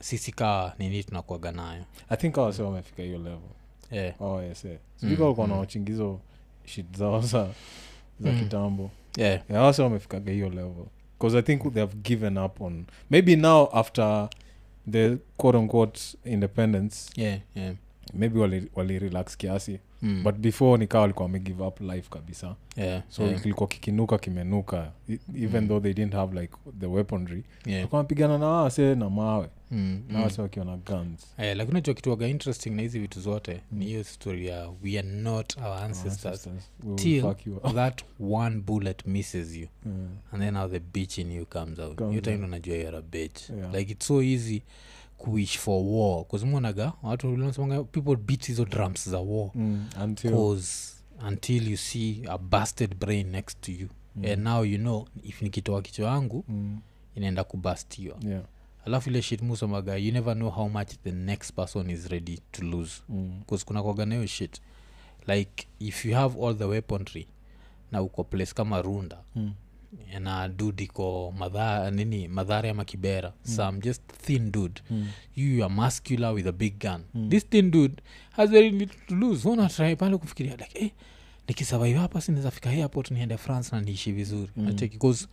[SPEAKER 1] sisi kaa nini tunakuaga nayo
[SPEAKER 2] i think awase wamefika hiyo level
[SPEAKER 1] yeah
[SPEAKER 2] ao sa
[SPEAKER 1] Mhm.
[SPEAKER 2] sijukaukona
[SPEAKER 1] Mhm.
[SPEAKER 2] wachingizo shit zao za za
[SPEAKER 1] Mhm.
[SPEAKER 2] kitambo
[SPEAKER 1] yeah
[SPEAKER 2] Yeah, hao sasa wamefikaga hiyo level because i think they have given up on maybe now after the quote unquote independence
[SPEAKER 1] yeah yeah
[SPEAKER 2] maybe wali, wali relax kiasi
[SPEAKER 1] mm.
[SPEAKER 2] but before nikaa walikuwa wamegive up life kabisa
[SPEAKER 1] yeah
[SPEAKER 2] so
[SPEAKER 1] yeah,
[SPEAKER 2] yeah. kilikuwa kikinuka kimenuka E- even
[SPEAKER 1] Mm.
[SPEAKER 2] though they didn't have like the weaponry
[SPEAKER 1] yeah.
[SPEAKER 2] walikuwa wanapigana na wase na mawe
[SPEAKER 1] Mm,
[SPEAKER 2] na
[SPEAKER 1] mm.
[SPEAKER 2] wase wakiwa na guns
[SPEAKER 1] Eh, lakini cho kituaga interesting na hizi vitu zote
[SPEAKER 2] Mm. Oh,
[SPEAKER 1] ni hiyo story ya we are not our ancestors
[SPEAKER 2] Ancestors, we will
[SPEAKER 1] Till-
[SPEAKER 2] fuck you
[SPEAKER 1] <laughs>
[SPEAKER 2] up.
[SPEAKER 1] that one bullet misses you
[SPEAKER 2] Yeah.
[SPEAKER 1] and then how the bitch in you comes out
[SPEAKER 2] Comes
[SPEAKER 1] hiyo time
[SPEAKER 2] out.
[SPEAKER 1] ndo unajua you're a bitch
[SPEAKER 2] Yeah.
[SPEAKER 1] like it's so easy kuwish for war kuzimonaga watu wanasemanga people beat hizo drums za war
[SPEAKER 2] Mm, until-
[SPEAKER 1] cause until you see a busted brain next to you
[SPEAKER 2] Mm,
[SPEAKER 1] and now you know if nikitoa kichwa yangu
[SPEAKER 2] mm,
[SPEAKER 1] inaenda kubastiwa
[SPEAKER 2] yeah,
[SPEAKER 1] alafu ile shit musomaga you never know how much the next person is ready to lose
[SPEAKER 2] mm,
[SPEAKER 1] bcause kuna kwaganeo shit like if you have all the weaponry na uko place kama runda
[SPEAKER 2] mm,
[SPEAKER 1] na dud iko madha nini madhara ama kibera mm. some just thin dude
[SPEAKER 2] mm,
[SPEAKER 1] you you are muscular with a big gun mm.
[SPEAKER 2] Mm.
[SPEAKER 1] this thin dude has very little to lose huna try pale kufikiria like eh, nikisurvive hapa sinaweza fika airport niende france na niishi vizuri
[SPEAKER 2] Mm.
[SPEAKER 1] mm. because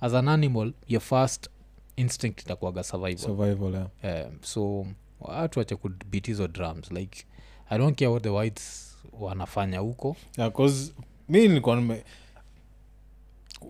[SPEAKER 1] as an animal your first instinct itakuaga survival
[SPEAKER 2] survival yeah.
[SPEAKER 1] um, so watu wache kubit hizo drums like i don't care what the whites wanafanya huko
[SPEAKER 2] Yeah, 'cause mi nilikuwa nime-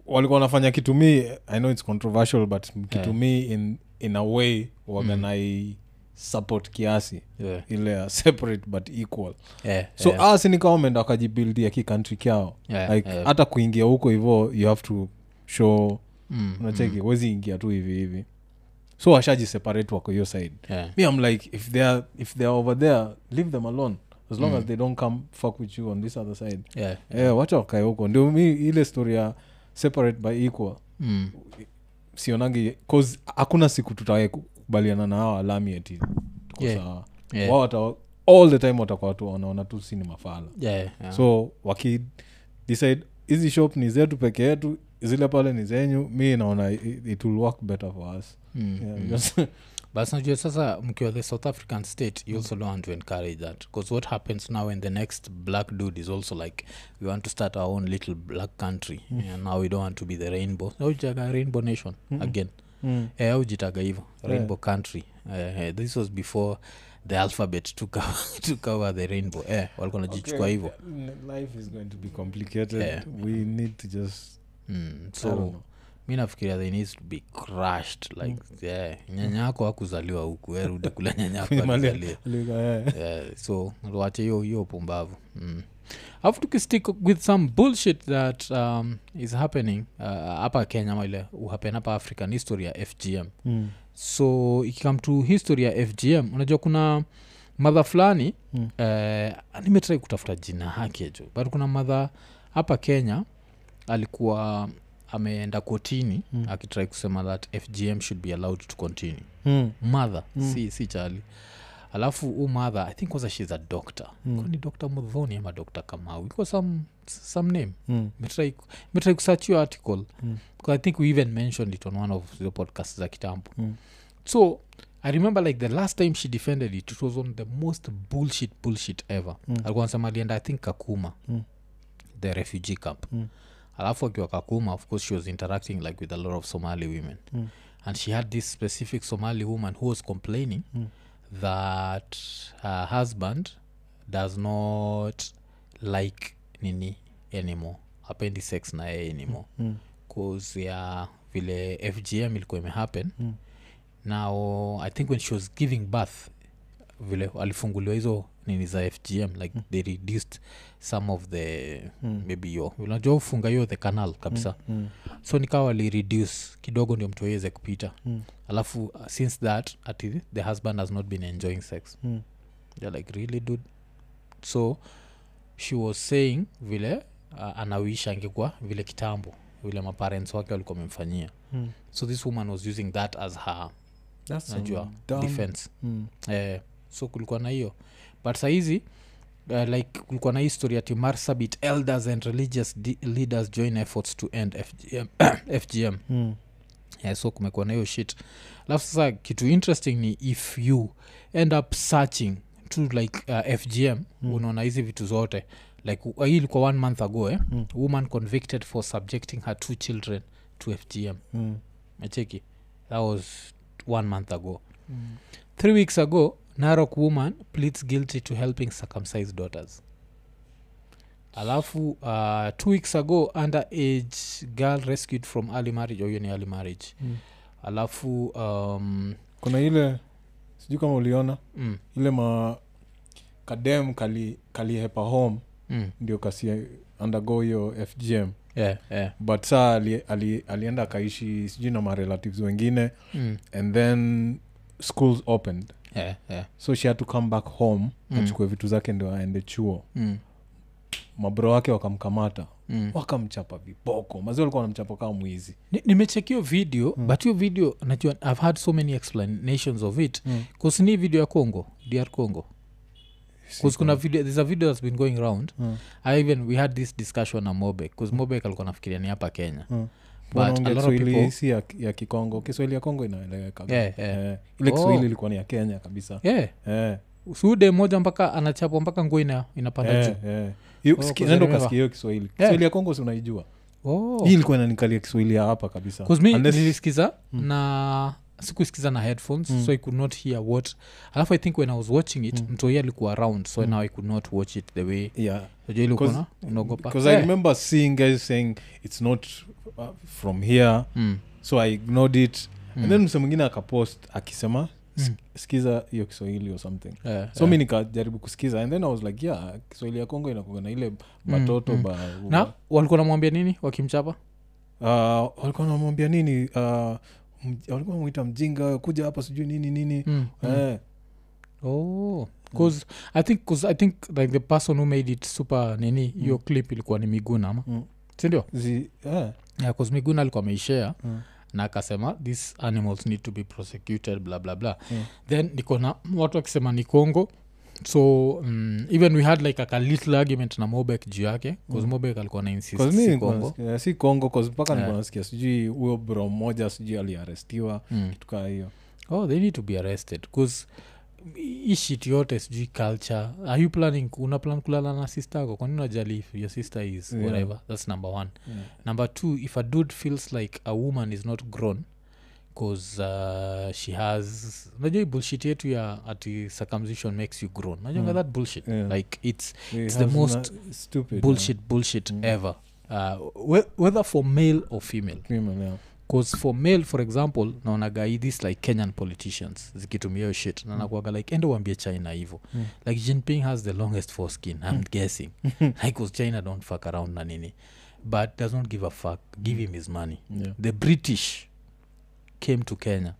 [SPEAKER 2] walikuwa wanafanya kitu mi i know its controversial but kitu
[SPEAKER 1] Yeah.
[SPEAKER 2] mi in, in a way
[SPEAKER 1] Mm.
[SPEAKER 2] waganai support kiasi
[SPEAKER 1] yeah.
[SPEAKER 2] ile ya separate but equal
[SPEAKER 1] Yeah,
[SPEAKER 2] so uh,
[SPEAKER 1] yeah,
[SPEAKER 2] yeah. asi nikawa wameenda wakajibildia kikantri kyao
[SPEAKER 1] yeah,
[SPEAKER 2] like
[SPEAKER 1] yeah.
[SPEAKER 2] hata kuingia huko hivo you have to show
[SPEAKER 1] Mm,
[SPEAKER 2] unacheki
[SPEAKER 1] mm,
[SPEAKER 2] wezi ingia tu hivi hivi so washajiseparate wako hiyo side
[SPEAKER 1] yeah.
[SPEAKER 2] me i'm like if they are, if they are over there leave them alone as long
[SPEAKER 1] Mm.
[SPEAKER 2] as they don't come fuck with you on this other side
[SPEAKER 1] Yeah.
[SPEAKER 2] yeah, Eh, wacha wakae huko ndio mi ile story ya separate by equal
[SPEAKER 1] Mm,
[SPEAKER 2] sionangi cause hakuna siku tutawahi kukubaliana na hawa alami eti tuko
[SPEAKER 1] Yeah.
[SPEAKER 2] sawa
[SPEAKER 1] yeah,
[SPEAKER 2] wao wata all the time watakuwa watu wanaona tu si ni mafala
[SPEAKER 1] yeah, yeah.
[SPEAKER 2] so waki decide hizi shop ni zetu peke yetu zile pale ni zenyu mi naona it, it will work better for us
[SPEAKER 1] Mm,
[SPEAKER 2] yeah,
[SPEAKER 1] mm.
[SPEAKER 2] because- <laughs>
[SPEAKER 1] but najua sasa mkiwa the south african state you also don't want to encourage that because what happens now when the next black dude is also like we want to start our own little black country and now we don't want to be the rainbow aujaga rainbow nation
[SPEAKER 2] Mm. Mm-mm.
[SPEAKER 1] again
[SPEAKER 2] Mm.
[SPEAKER 1] eh, aujitaga hivo
[SPEAKER 2] Yeah.
[SPEAKER 1] rainbow country eh, eh, this was before the alphabet to <laughs> cover, to cover the rainbow eh, walikuwa najichukua
[SPEAKER 2] Okay,
[SPEAKER 1] hivo
[SPEAKER 2] life is going to be complicated
[SPEAKER 1] Yeah.
[SPEAKER 2] we need to just
[SPEAKER 1] mm,
[SPEAKER 2] I don't
[SPEAKER 1] so
[SPEAKER 2] know. Mm.
[SPEAKER 1] mi nafikiria they needs to be crushed like yeah, nyanya yako hakuzaliwa huku eh, rudi
[SPEAKER 2] <laughs>
[SPEAKER 1] kule nyanya yako
[SPEAKER 2] Kuimalia- <laughs>
[SPEAKER 1] alizaliwa
[SPEAKER 2] Liga, yeah.
[SPEAKER 1] Yeah, so wache hiyo hiyo pumbavu mm. afu tukistick with some bullshit that um, is happening uh, hapa kenya maile uhapen hapa africa ni history ya fgm
[SPEAKER 2] Mm.
[SPEAKER 1] so ikikam to history ya fgm unajua kuna madha fulani
[SPEAKER 2] Mm.
[SPEAKER 1] eh, nimetrai kutafuta jina hake jo but kuna madha hapa kenya alikuwa ameenda kotini
[SPEAKER 2] Mm.
[SPEAKER 1] mm. akitrai kusema that fgm should be allowed to continue
[SPEAKER 2] mm.
[SPEAKER 1] mother
[SPEAKER 2] Mm.
[SPEAKER 1] mm. si, si chali alafu u mother i think kwanza shes a doctor
[SPEAKER 2] Mm.
[SPEAKER 1] mm. ni dr mudhoni ama dr kamau iko some, some name
[SPEAKER 2] mm.
[SPEAKER 1] metrai metrai kusearch your article
[SPEAKER 2] Mm.
[SPEAKER 1] because i think we even mentioned it on one of the podcasts za kitambo
[SPEAKER 2] Mm.
[SPEAKER 1] so i remember like the last time she defended it it was on the most bullshit bullshit ever
[SPEAKER 2] Mm.
[SPEAKER 1] alikuwa nasema alienda i think kakuma
[SPEAKER 2] Mm.
[SPEAKER 1] the refugee camp
[SPEAKER 2] Mm.
[SPEAKER 1] alafu akiwa kakuma of course she was interacting like with a lot of somali women
[SPEAKER 2] Mm.
[SPEAKER 1] and she had this specific somali woman who was complaining
[SPEAKER 2] Mm.
[SPEAKER 1] that her husband does not like nini anymore apendi sex na yeye anymore
[SPEAKER 2] Mm.
[SPEAKER 1] cause ya vile fgm ilikuwa imehappen
[SPEAKER 2] Mm.
[SPEAKER 1] now i think when she was giving birth vile alifunguliwa hizo nini za fgm like
[SPEAKER 2] Hmm.
[SPEAKER 1] mm. they reduced some of the
[SPEAKER 2] Mm.
[SPEAKER 1] mm. maybe yo unajua ufunga hiyo the canal kabisa mm.
[SPEAKER 2] Mm.
[SPEAKER 1] so nikawa walireduce kidogo ndio mtu aweze kupita
[SPEAKER 2] Mm.
[SPEAKER 1] alafu uh, since that ati the husband has not been enjoying sex
[SPEAKER 2] Mm.
[SPEAKER 1] they're like really dude so she was saying vile uh, anawisha angekuwa vile kitambo vile maparents wake walikuwa wamemfanyia
[SPEAKER 2] Mm.
[SPEAKER 1] so this woman was using that as her
[SPEAKER 2] That's some
[SPEAKER 1] najua
[SPEAKER 2] dumb-
[SPEAKER 1] defense
[SPEAKER 2] Mm.
[SPEAKER 1] eh, so kulikuwa na hiyo but sahizi Uh, like kulikuwa na history ati marsabit elders and religious di- leaders join efforts to end fgm, <coughs> FGM
[SPEAKER 2] Mm.
[SPEAKER 1] yeah, so kumekuwa na hiyo shit alafu sasa kitu interesting ni if you end up searching to like uh, fgm
[SPEAKER 2] Mm.
[SPEAKER 1] mm. unaona hizi vitu zote like uh, hii ilikuwa one month ago eh?
[SPEAKER 2] Mm.
[SPEAKER 1] woman convicted for subjecting her two children to fgm
[SPEAKER 2] Mm.
[SPEAKER 1] mecheki that was one month ago
[SPEAKER 2] Mm.
[SPEAKER 1] three weeks ago narok woman pleads guilty to helping circumcised daughters alafu uh, two weeks ago underage girl rescued from early marriage or hiyo ni early marriage
[SPEAKER 2] Mm.
[SPEAKER 1] alafu um,
[SPEAKER 2] kuna ile sijui kama uliona
[SPEAKER 1] mm,
[SPEAKER 2] ile ma kadem kali kalihepa home
[SPEAKER 1] mm,
[SPEAKER 2] ndio kasi undergo hiyo fgm
[SPEAKER 1] yeah, yeah,
[SPEAKER 2] but saa ali, ali, alienda akaishi sijui na marelatives wengine
[SPEAKER 1] mm,
[SPEAKER 2] and then schools opened
[SPEAKER 1] yeah, yeah,
[SPEAKER 2] so she had to come back home
[SPEAKER 1] Mm.
[SPEAKER 2] achukue vitu zake ndio aende chuo
[SPEAKER 1] mm,
[SPEAKER 2] mabro wake wakamkamata
[SPEAKER 1] mm.
[SPEAKER 2] wakamchapa viboko mazi walikuwa wanamchapa kama mwizi
[SPEAKER 1] Ni- nimecheck hiyo video mm. but hiyo video najua i've had so many explanations of it
[SPEAKER 2] Mm.
[SPEAKER 1] kusini video ya congo dr congo
[SPEAKER 2] Si-
[SPEAKER 1] bcause kuna video there's a video that's been going round
[SPEAKER 2] Mm.
[SPEAKER 1] i even we had this discussion na mobek bcause mobek alikuwa nafikiria ni hapa kenya
[SPEAKER 2] Mm.
[SPEAKER 1] but a
[SPEAKER 2] Wanaongea
[SPEAKER 1] lot of
[SPEAKER 2] Kiswahili
[SPEAKER 1] people-
[SPEAKER 2] si ya, ya kikongo kiswahili ya kongo inaeleweka
[SPEAKER 1] Yeah, yeah.
[SPEAKER 2] Eh, ile
[SPEAKER 1] Oh.
[SPEAKER 2] kiswahili ilikuwa ni ya kenya kabisa
[SPEAKER 1] yeah
[SPEAKER 2] Eh,
[SPEAKER 1] suude moja mpaka anachapwa mpaka nguo ina, inapanda
[SPEAKER 2] eh,
[SPEAKER 1] juu
[SPEAKER 2] eh. Hiyo-
[SPEAKER 1] Oh,
[SPEAKER 2] siki-
[SPEAKER 1] kuzaliwa.
[SPEAKER 2] nenda ukasikia hiyo kiswahili kiswahili ya kongo si unaijua
[SPEAKER 1] oh.
[SPEAKER 2] hii ilikuwa inanikalia kiswahili ya hapa kabisa
[SPEAKER 1] bcause mi
[SPEAKER 2] Unless-
[SPEAKER 1] nilisikiza
[SPEAKER 2] Mm.
[SPEAKER 1] na sikuisikiza na headphones
[SPEAKER 2] Mm.
[SPEAKER 1] so i could not hear what alafu i think when i was watching it
[SPEAKER 2] Mm.
[SPEAKER 1] mtoi alikuwa around so
[SPEAKER 2] Mm.
[SPEAKER 1] now i could not watch it the way
[SPEAKER 2] yeah.
[SPEAKER 1] najua ilikuwa
[SPEAKER 2] Cause-
[SPEAKER 1] na- unaogopa
[SPEAKER 2] because i
[SPEAKER 1] Eh.
[SPEAKER 2] remember seeing guys saying it's not uh, from here
[SPEAKER 1] Mm,
[SPEAKER 2] so i ignored it
[SPEAKER 1] mm,
[SPEAKER 2] and then mse mwingine akapost akisema
[SPEAKER 1] Mm.
[SPEAKER 2] sikiza hiyo kiswahili or something
[SPEAKER 1] eh,
[SPEAKER 2] so
[SPEAKER 1] eh.
[SPEAKER 2] mi nikajaribu kusikiza and then i was like yeah kiswahili ya kongo inakuga na ile batoto
[SPEAKER 1] mm.
[SPEAKER 2] ba,
[SPEAKER 1] na walikuwa namwambia nini wakimchapa
[SPEAKER 2] uh, walikuwa namwambia nini uh, mj- walikuwa mwita mjinga kuja hapa sijui nini nini
[SPEAKER 1] mm. mm.
[SPEAKER 2] eh,
[SPEAKER 1] oh. cause i think cause i think like the person who made it super nini hiyo
[SPEAKER 2] Mm.
[SPEAKER 1] clip ilikuwa ni miguna ama
[SPEAKER 2] Mm.
[SPEAKER 1] sindio
[SPEAKER 2] zi, eh,
[SPEAKER 1] yeah, cause miguna alikuwa ameishare
[SPEAKER 2] Mm.
[SPEAKER 1] na akasema these animals need to be prosecuted bla bla bla
[SPEAKER 2] Mm.
[SPEAKER 1] then niko na watu wakisema ni congo so um, even we had like a little argument na mobek juu yake bcause
[SPEAKER 2] Mm.
[SPEAKER 1] mobek alikuwa na insist
[SPEAKER 2] Cause mi
[SPEAKER 1] si
[SPEAKER 2] nilikuwa
[SPEAKER 1] Congo.
[SPEAKER 2] nasikia- si congo cause mpaka
[SPEAKER 1] Eh.
[SPEAKER 2] nilikuwa nasikia sijui huyo bro mmoja sijui aliarestiwa
[SPEAKER 1] Mm.
[SPEAKER 2] tukaa hiyo
[SPEAKER 1] oh they need to be arrested bcause ishit yote sijui culture are you planning una plan kulala na sister ako kwanini unajali if your sister is
[SPEAKER 2] Yeah.
[SPEAKER 1] whatever that's number one
[SPEAKER 2] Yeah.
[SPEAKER 1] number two if a dude feels like a woman is not grown cause uh, she has najua hii bullshit yetu ya ati circumcision makes you grown najonga
[SPEAKER 2] Mm.
[SPEAKER 1] mm. that bullshit
[SPEAKER 2] Yeah.
[SPEAKER 1] like it's
[SPEAKER 2] They
[SPEAKER 1] It's
[SPEAKER 2] have
[SPEAKER 1] the most
[SPEAKER 2] na- stupid
[SPEAKER 1] bullshit bullshit
[SPEAKER 2] Mm.
[SPEAKER 1] ever uh, we- whether for male or female
[SPEAKER 2] yeah. Criminal, yeah.
[SPEAKER 1] cause for male for example naonagai this like kenyan politicians zikitumia hiyo shit na nakuaga like ende uambie china hivo
[SPEAKER 2] Mm.
[SPEAKER 1] like jinping has the longest for skin i'm
[SPEAKER 2] Mm. <laughs>
[SPEAKER 1] guessing like 'cause china don't fuck around na nini but does not give a fuck give him his money
[SPEAKER 2] Yeah.
[SPEAKER 1] the british came to kenya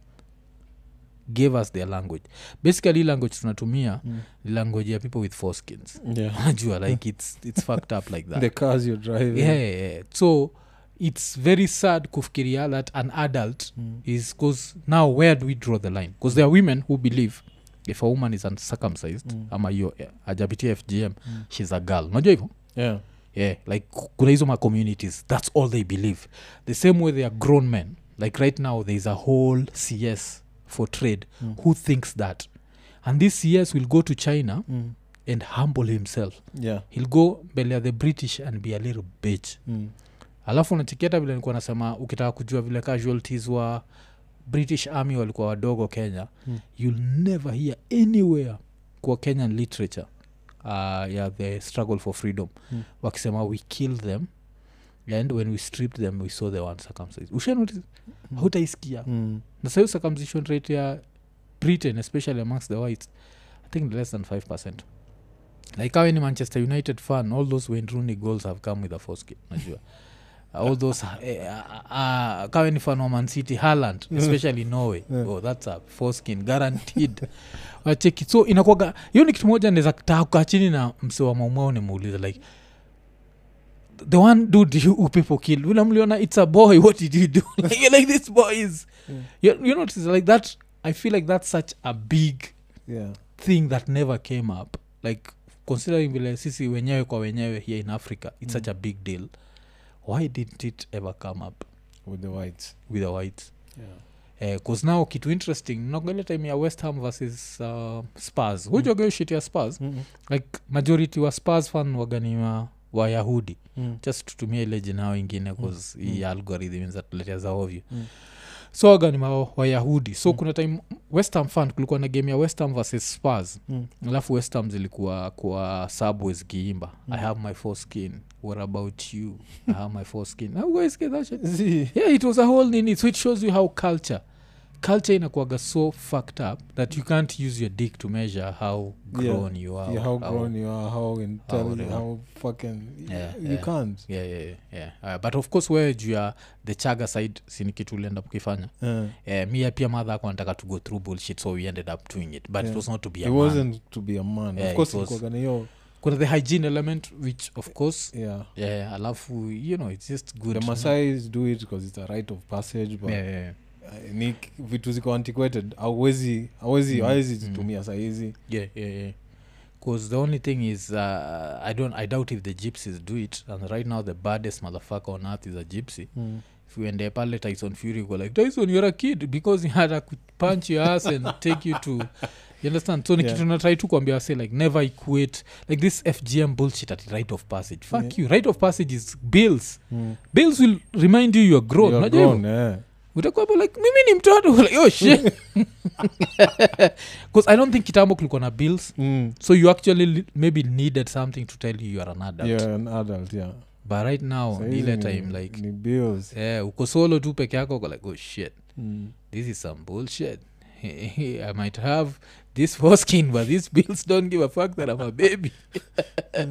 [SPEAKER 1] gave us their language basically hii language tunatumia
[SPEAKER 2] Mm.
[SPEAKER 1] ni language ya people with four skins <laughs>
[SPEAKER 2] Yeah.
[SPEAKER 1] unajua like it's, it's fucked up like that
[SPEAKER 2] the cars you're driving
[SPEAKER 1] yeah, yeah. so it's very sad kufikiria that an adult
[SPEAKER 2] Mm.
[SPEAKER 1] is bcause now where do we draw the line bcause there are women who believe if a woman is uncircumcised
[SPEAKER 2] Mm.
[SPEAKER 1] ama hiyo eh, hajapitia fgm
[SPEAKER 2] Mm.
[SPEAKER 1] shes a girl unajua hivyo
[SPEAKER 2] yeah.
[SPEAKER 1] yeah like ku- kuna hizo macommunities that's all they believe the same way they are grown men like right now there is a whole cs for trade
[SPEAKER 2] Mm.
[SPEAKER 1] who thinks that and this cs will go to china
[SPEAKER 2] Mm.
[SPEAKER 1] and humble himself
[SPEAKER 2] yeah.
[SPEAKER 1] he'll go mbele ya the british and be a little bitch
[SPEAKER 2] Mm.
[SPEAKER 1] alafu unachikiata vile nilikuwa nasema ukitaka kujua vile casualties wa british army walikuwa wadogo kenya
[SPEAKER 2] Hmm.
[SPEAKER 1] you'll never hear anywhere kwa kenyan literature uh, ya the struggle for freedom
[SPEAKER 2] Hmm.
[SPEAKER 1] wakisema we killed them and when we stripped them we saw the one circumcised ushanotice
[SPEAKER 2] Hmm.
[SPEAKER 1] hautaisikia
[SPEAKER 2] Mm.
[SPEAKER 1] na sahiyo circumcision rate ya britain especially amongst the whites i think less than 5 percent like awe ni manchester united fan all those wayne rooney goals have come with a foski najua <laughs> all those eh, ah, ah, kawe ni fan wa man city harland especially norway
[SPEAKER 2] Yeah.
[SPEAKER 1] oh, that's a foskin guaranteed <laughs> wacheki so inakwaga hiyo ni kitu moja naweza taka kukaa chini na mse wa maumau nimuuliza like the one dude <laughs> you who people killed vila mliona it's a boy what did you do <laughs> like, you're like this boy is
[SPEAKER 2] Yeah.
[SPEAKER 1] you, you know it's like that i feel like that's such a big
[SPEAKER 2] yeah.
[SPEAKER 1] thing that never came up like considering vile sisi wenyewe kwa wenyewe here in africa it's
[SPEAKER 2] Mm.
[SPEAKER 1] such a big deal why didn't it ever come up
[SPEAKER 2] with the whites
[SPEAKER 1] with the whites
[SPEAKER 2] yeah.
[SPEAKER 1] bcause now kitu interesting nagolia time ya west ham versus uh, spars hujogeyo shit ya spars
[SPEAKER 2] Mm.
[SPEAKER 1] like majority wa spars fan waganiwa wayahudi
[SPEAKER 2] Mm.
[SPEAKER 1] just tutumia ile jinao ingine bcause
[SPEAKER 2] Mm.
[SPEAKER 1] hii algorithm inatuletea za ovyo
[SPEAKER 2] Mm.
[SPEAKER 1] so waganima wayahudi so
[SPEAKER 2] Mm.
[SPEAKER 1] kuna time westham fan kulikuwa na game ya westham versus spars
[SPEAKER 2] Mm.
[SPEAKER 1] alafu westham zilikuwa kwa subway zikiimba
[SPEAKER 2] Mm.
[SPEAKER 1] i have my four skin what about you i have my four skin How you guys get that shit?
[SPEAKER 2] See?
[SPEAKER 1] yeah it was a whole nini so it shows you how culture culture inakuaga so fucked up that you can't use your dick to measure how
[SPEAKER 2] Yeah.
[SPEAKER 1] grown you are
[SPEAKER 2] Yeah, how grown you are, how intelligent,
[SPEAKER 1] whatever.
[SPEAKER 2] how fucking
[SPEAKER 1] Yeah,
[SPEAKER 2] you
[SPEAKER 1] yeah.
[SPEAKER 2] can't.
[SPEAKER 1] yeah, yeah, yeah, yeah. Uh, but of course wewe juu ya the chaga side sini kitu ulienda kukifanya
[SPEAKER 2] Yeah.
[SPEAKER 1] uh, mia pia madha ako anataka to go through bullshit so we ended up doing it but yeah. it
[SPEAKER 2] Yeah.
[SPEAKER 1] was not to be a
[SPEAKER 2] it
[SPEAKER 1] man.
[SPEAKER 2] wasn't to be a man.
[SPEAKER 1] Yeah,
[SPEAKER 2] of course,
[SPEAKER 1] it was-
[SPEAKER 2] ilikuwa gonna- yo,
[SPEAKER 1] kuna the hygiene element which of course
[SPEAKER 2] yeah.
[SPEAKER 1] yeah, alafu you know it's just good
[SPEAKER 2] The
[SPEAKER 1] to know.
[SPEAKER 2] Masais do it because it's a rite of passage, but
[SPEAKER 1] yeah, yeah, yeah.
[SPEAKER 2] uh, ni k- vitu ziko antiquated. Hawezi hawezi
[SPEAKER 1] Mm,
[SPEAKER 2] hawezi
[SPEAKER 1] mm.
[SPEAKER 2] zitumia saa hizi.
[SPEAKER 1] yeah, yeah, yeah. 'Cause the only thing is uh, i don't i doubt if the gypsies do it and right now the baddest motherfucker on earth is a gypsy if you end up pale tyson fury go like tyson you're a kid because he had a ku- punch your ass and <laughs> take you to you understand so
[SPEAKER 2] Yeah.
[SPEAKER 1] nikitu yeah. natrai tu kuambia say like never equate like this fgm bullshit at right of passage fuck
[SPEAKER 2] Yeah.
[SPEAKER 1] you right of passage is bills
[SPEAKER 2] Mm.
[SPEAKER 1] bills will remind you you're grown
[SPEAKER 2] You're
[SPEAKER 1] unajua hivyo?
[SPEAKER 2] grown, yeah.
[SPEAKER 1] utakuwa hapo like mimi ni mtoto <laughs> like, oh shit because i don't think kitambo kulikuwa na bills
[SPEAKER 2] Mm.
[SPEAKER 1] so you actually li- maybe needed something to tell you you're an adult
[SPEAKER 2] You're an adult, yeah.
[SPEAKER 1] but right now
[SPEAKER 2] Saa
[SPEAKER 1] ni
[SPEAKER 2] hizi
[SPEAKER 1] ile
[SPEAKER 2] ni-
[SPEAKER 1] time like
[SPEAKER 2] ni bills.
[SPEAKER 1] eh, uko solo tu peke yako uko like oh shit
[SPEAKER 2] Mm.
[SPEAKER 1] this is some bullshit <laughs> i might have this foreskin but these bills don't give a fuck that i'm a baby <laughs> Eh,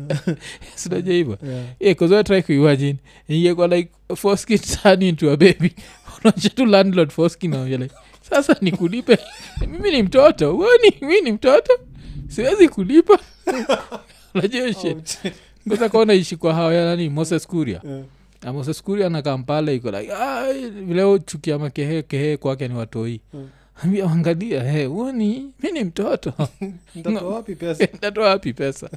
[SPEAKER 1] sinaja hivo
[SPEAKER 2] Yeah.
[SPEAKER 1] kazoatry kuimagine ingekwa like foreskin turn into a baby <laughs> unaonyesha tu landlord foreskin anaonyesha like sasa nikulipe <laughs> mimi ni mtoto uoni mimi ni mtoto siwezi kulipa <laughs> unajua <laughs>
[SPEAKER 2] Oh.
[SPEAKER 1] shit ngoza kaona ishi kwa hawa ya nani moses kuria <laughs> Na
[SPEAKER 2] Yeah.
[SPEAKER 1] moses kuria na kampala iko like "Ah, vileo chukia makehe kehe kwake ni watoi
[SPEAKER 2] Mm.
[SPEAKER 1] ambia wangalia hey, uoni mi ni mtoto
[SPEAKER 2] <laughs> Mtoto wapi
[SPEAKER 1] <laughs>
[SPEAKER 2] pesa?
[SPEAKER 1] tatoa wapi pesa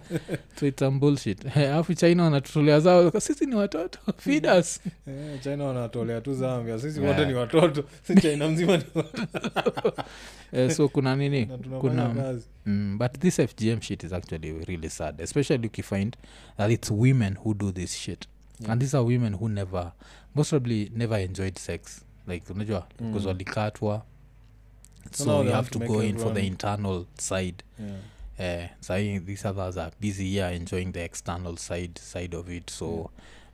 [SPEAKER 1] so it's some bullshit Eh, alafu china wanatutolea zao sisi ni watoto feed us
[SPEAKER 2] Eh, china wanatolea tu zambia sisi
[SPEAKER 1] Yeah.
[SPEAKER 2] wote ni watoto si
[SPEAKER 1] <laughs>
[SPEAKER 2] china mzima ni watoto
[SPEAKER 1] Eh, so kuna nini
[SPEAKER 2] na tunafanya
[SPEAKER 1] kuna
[SPEAKER 2] kazi
[SPEAKER 1] mm, but this fgm shit is actually really sad especially ukifind that it's women who do this shit yeah.
[SPEAKER 2] Yeah.
[SPEAKER 1] and these are women who never most probably never enjoyed sex like unajua
[SPEAKER 2] Mm.
[SPEAKER 1] because walikatwa so,
[SPEAKER 2] now
[SPEAKER 1] you
[SPEAKER 2] they
[SPEAKER 1] have
[SPEAKER 2] have
[SPEAKER 1] to
[SPEAKER 2] to
[SPEAKER 1] go
[SPEAKER 2] make
[SPEAKER 1] in for the
[SPEAKER 2] everyone-
[SPEAKER 1] internal side
[SPEAKER 2] Yeah.
[SPEAKER 1] uh, sahi these others are busy here enjoying the external side side of it so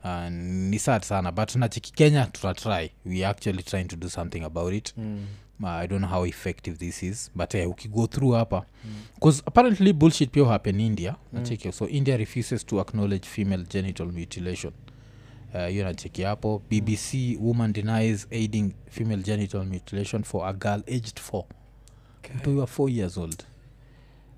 [SPEAKER 1] uh, ni sad sana but nachiki kenya tutatry we actually trying to do something about it uh, i don't know how effective this is but uh, ukigo through hapa because apparently bullshit pia happen india nacheki so india refuses to acknowledge female genital mutilation Uh, hiyo nacheki hapo bbc woman denies aiding female genital mutilation for a girl aged four mtu huyu wa four years old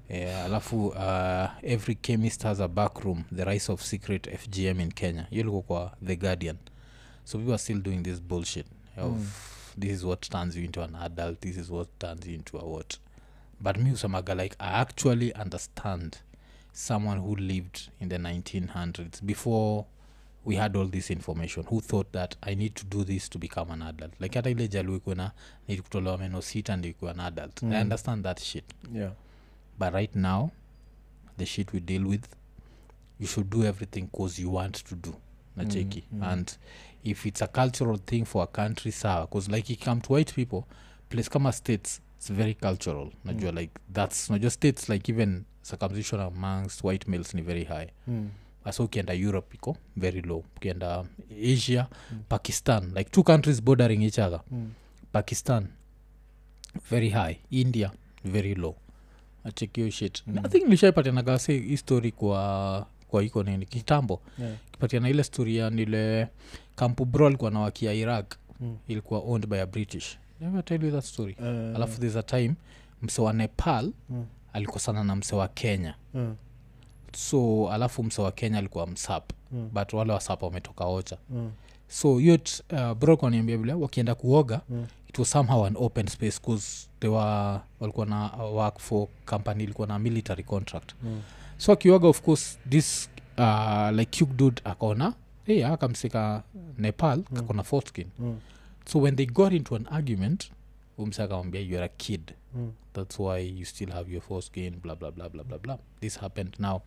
[SPEAKER 1] yeah, alafu uh, every chemist has a back room the rise of secret fgm in kenya hiyo liko kwa the guardian so people are still doing this bullshit of this is what turns you into an adult this is what turns you into a what but me usamaga like i actually understand someone who lived in the 1900s before we had all this information who thought that i need to do this to become an adult like hata ile jaluikuena need kutolewa meno sita ndio ikuwe an adult mm. i
[SPEAKER 2] Mm.
[SPEAKER 1] understand that shit
[SPEAKER 2] yeah
[SPEAKER 1] but right now the shit we deal with you should do everything cause you want to do nacheki
[SPEAKER 2] Mm, mm.
[SPEAKER 1] and if it's a cultural thing for a country sawa cause like you come to white people place kama states it's very
[SPEAKER 2] Mm.
[SPEAKER 1] cultural najua like that's najua states like even circumcision amongst white males ni very high
[SPEAKER 2] mm.
[SPEAKER 1] hasa ukienda europe iko very low ukienda asia
[SPEAKER 2] Mm.
[SPEAKER 1] pakistan like two countries bordering each other
[SPEAKER 2] Mm.
[SPEAKER 1] pakistan very high india very low achekio shit mm.
[SPEAKER 2] Mm.
[SPEAKER 1] nothing lishaipatianaga se hii story kwa kwa iko nini kitambo
[SPEAKER 2] yeah
[SPEAKER 1] kipatiana ile story ya nile kampu bro alikuwa na wakia iraq
[SPEAKER 2] Mm.
[SPEAKER 1] ilikuwa owned by a british never tell you that story
[SPEAKER 2] Uh,
[SPEAKER 1] alafu there's a time mse wa nepal
[SPEAKER 2] mm.
[SPEAKER 1] alikosana na mse wa kenya
[SPEAKER 2] Mm.
[SPEAKER 1] so alafu mse wa kenya alikuwa msap
[SPEAKER 2] Mm.
[SPEAKER 1] but wale wasap wametoka ocha
[SPEAKER 2] Mm.
[SPEAKER 1] so yot uh, brok waniambia vile wakienda kuoga
[SPEAKER 2] Mm.
[SPEAKER 1] it was somehow an open space cause they were walikuwa na uh, work for company ilikuwa na military contract
[SPEAKER 2] Mm.
[SPEAKER 1] so akioga of course this uh, like cuk dud akaona hey, akamsika nepal mm. kakona fotskin
[SPEAKER 2] Mm.
[SPEAKER 1] so when they got into an argument umsa akamwambia youare a kid
[SPEAKER 2] Mm.
[SPEAKER 1] that's why you still have your foreskin blah blah blah blah blah blah this happened now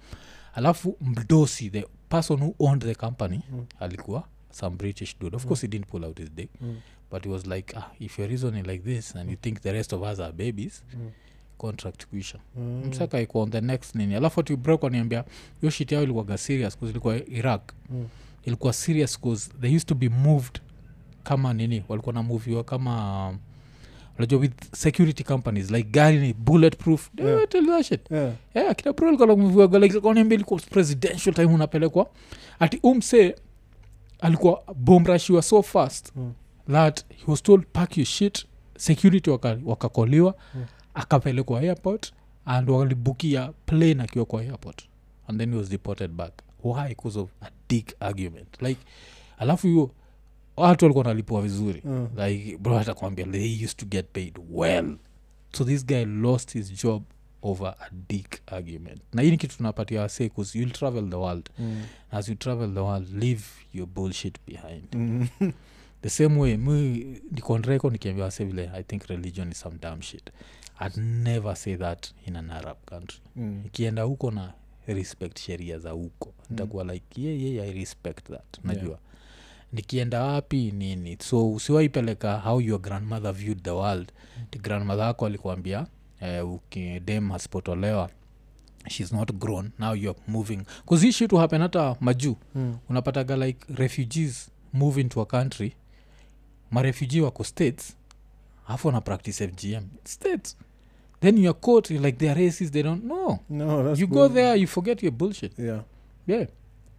[SPEAKER 1] alafu mdosi the person who owned the company
[SPEAKER 2] Mm.
[SPEAKER 1] alikuwa some british dude of course he didn't pull out his dick
[SPEAKER 2] Mm.
[SPEAKER 1] but he was like ah, if you're reasoning like this and you think the rest of us are babies
[SPEAKER 2] Mm.
[SPEAKER 1] contract kuisha
[SPEAKER 2] Mm.
[SPEAKER 1] msaka ikuwa on the next nini alafu atibrek waniambia yo shit yao ilikuwaga serious bcause ilikuwa iraq
[SPEAKER 2] Mm.
[SPEAKER 1] ilikuwa serious bcause they used to be moved kama nini walikuwa na moviwa kama um, unajua with security companies like gari ni bullet proof
[SPEAKER 2] Yeah.
[SPEAKER 1] yeah. tell that shit
[SPEAKER 2] Yeah.
[SPEAKER 1] yeah, kina bro alikuwa nakuviwaga like kaniambia ilikuwa presidential time unapelekwa ati umse alikuwa bomrashiwa so fast
[SPEAKER 2] Mm.
[SPEAKER 1] that he was told pack your shit security waka- wakakoliwa
[SPEAKER 2] Mm.
[SPEAKER 1] akapelekwa airport and walibukia plane akiwa kwa airport and then he was deported back why because of a dick argument like alafu hiyo watu walikuwa nalipua vizuri
[SPEAKER 2] Mm.
[SPEAKER 1] like bro atakwambia they used to get paid well so this guy lost his job over a dick argument na hii ni kitu tunapatia wasee bcause youll travel the world
[SPEAKER 2] Mm.
[SPEAKER 1] as you travel the world leave your bullshit behind
[SPEAKER 2] Mm.
[SPEAKER 1] the same way mi nikondreko nikiambia wase vile i think religion is some dam shit i'd never say that in an arab country
[SPEAKER 2] Mm.
[SPEAKER 1] nikienda huko na respect sheria za huko nitakuwa like yeah, yeah, i respect that najua yeah. nikienda wapi nini so usiwaipeleka how your grandmother viewed the world the grandmother yako alikuambia eh, uki- dem asipotolewa shes not grown now youare moving bcause hii shit will happen hata majuu
[SPEAKER 2] Mm.
[SPEAKER 1] unapataga like refugees move into a country marefugee wako states afu wana practice fgm states then youare caught you're like theyare racist they don't know
[SPEAKER 2] No, that's
[SPEAKER 1] you
[SPEAKER 2] cool.
[SPEAKER 1] go there you forget your bullshit
[SPEAKER 2] Yeah.
[SPEAKER 1] yeah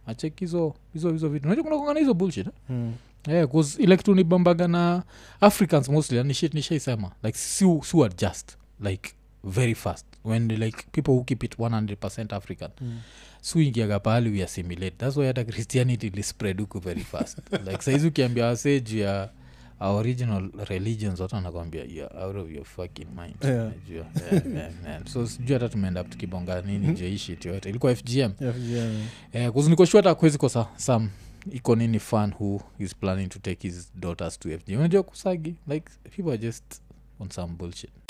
[SPEAKER 1] achek hizo hizo hizo vitu unajua kuna kuanga na hizo bullshit eh?
[SPEAKER 2] Mm.
[SPEAKER 1] yeah, cause ile kitu nibambaga na africans mostly yani shit nishaisema like si, si adjust like very fast when like people who keep it 100 african
[SPEAKER 2] Mm.
[SPEAKER 1] suingiaga pahali uasimilate thats why hata christianity lispread huku very fast like saizi ukiambia wasee juu ya our original religions watu anakwambia youare out of your fucking mind
[SPEAKER 2] Yeah.
[SPEAKER 1] Unajua, yeah, yeah, yeah. so sijui hata tumeenda up tukibonga nini juu ya hii shit yote ilikuwa fgm
[SPEAKER 2] Yeah, yeah.
[SPEAKER 1] eh, kuzinikoshua hata kwezi kosa sam iko nini fan who is planning to take his daughters to fgm unajua kusagi like people are just on some bullshit